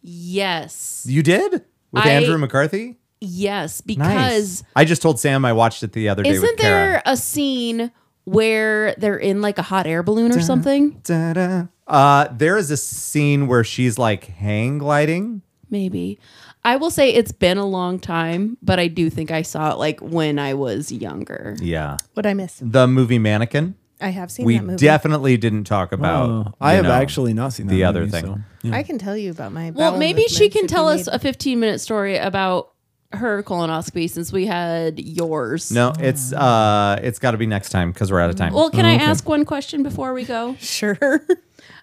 Yes, You did with I- Andrew McCarthy. yes, because Nice. I just told Sam I watched it the other day. isn't with Kara. there a scene where they're in like a hot air balloon or something? Da-da. Uh, there is a scene where she's like hang gliding. Maybe. I will say it's been a long time, but I do think I saw it like when I was younger. Yeah, What I miss? the movie Mannequin. I have seen We that movie. definitely didn't talk about. Oh, I you have know, actually not seen that the other movie, thing. so- I can tell you about my. Well, bowel maybe she movements can if tell you us need. a 15 minute story about her colonoscopy since we had yours. No, it's uh, it's got to be next time because we're out of time. Well, can I ask one question before we go? Sure.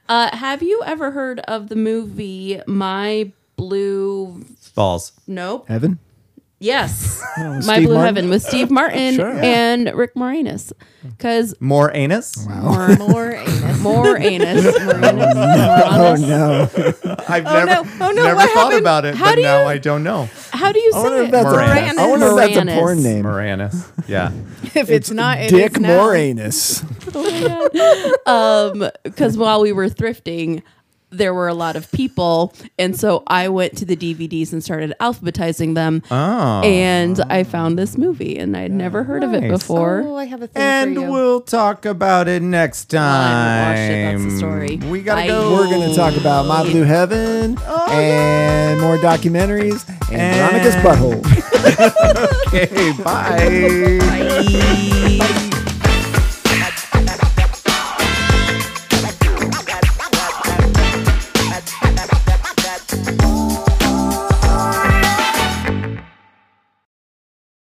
Uh, have you ever heard of the movie My Blue? Balls. Nope. Evan? Yes, My Steve Blue Martin? Heaven with Steve Martin Sure. and Rick Moranis, because More anus? More, more anus. more anus. Moranis, Oh Moranis. no. I've Oh, no. Oh, no. What happened? about it, How do you- don't know. How do you I wonder say if it? that's Moranis. a, I wonder if that's a Moranis. porn name. Moranis. Yeah. if it's, not, it Dick is now. Moranis. um because while we were thrifting there were a lot of people and so i went to the dvds and started alphabetizing them Oh. and i found this movie and i'd never heard of it Nice. before Oh, I have a thing for And you. we'll talk about it next I time. haven't watched it. That's the story. We gotta Bye. go. We're going to talk about My Blue Heaven and more documentaries and, And- Veronica's Butthole. Okay. Bye. Bye.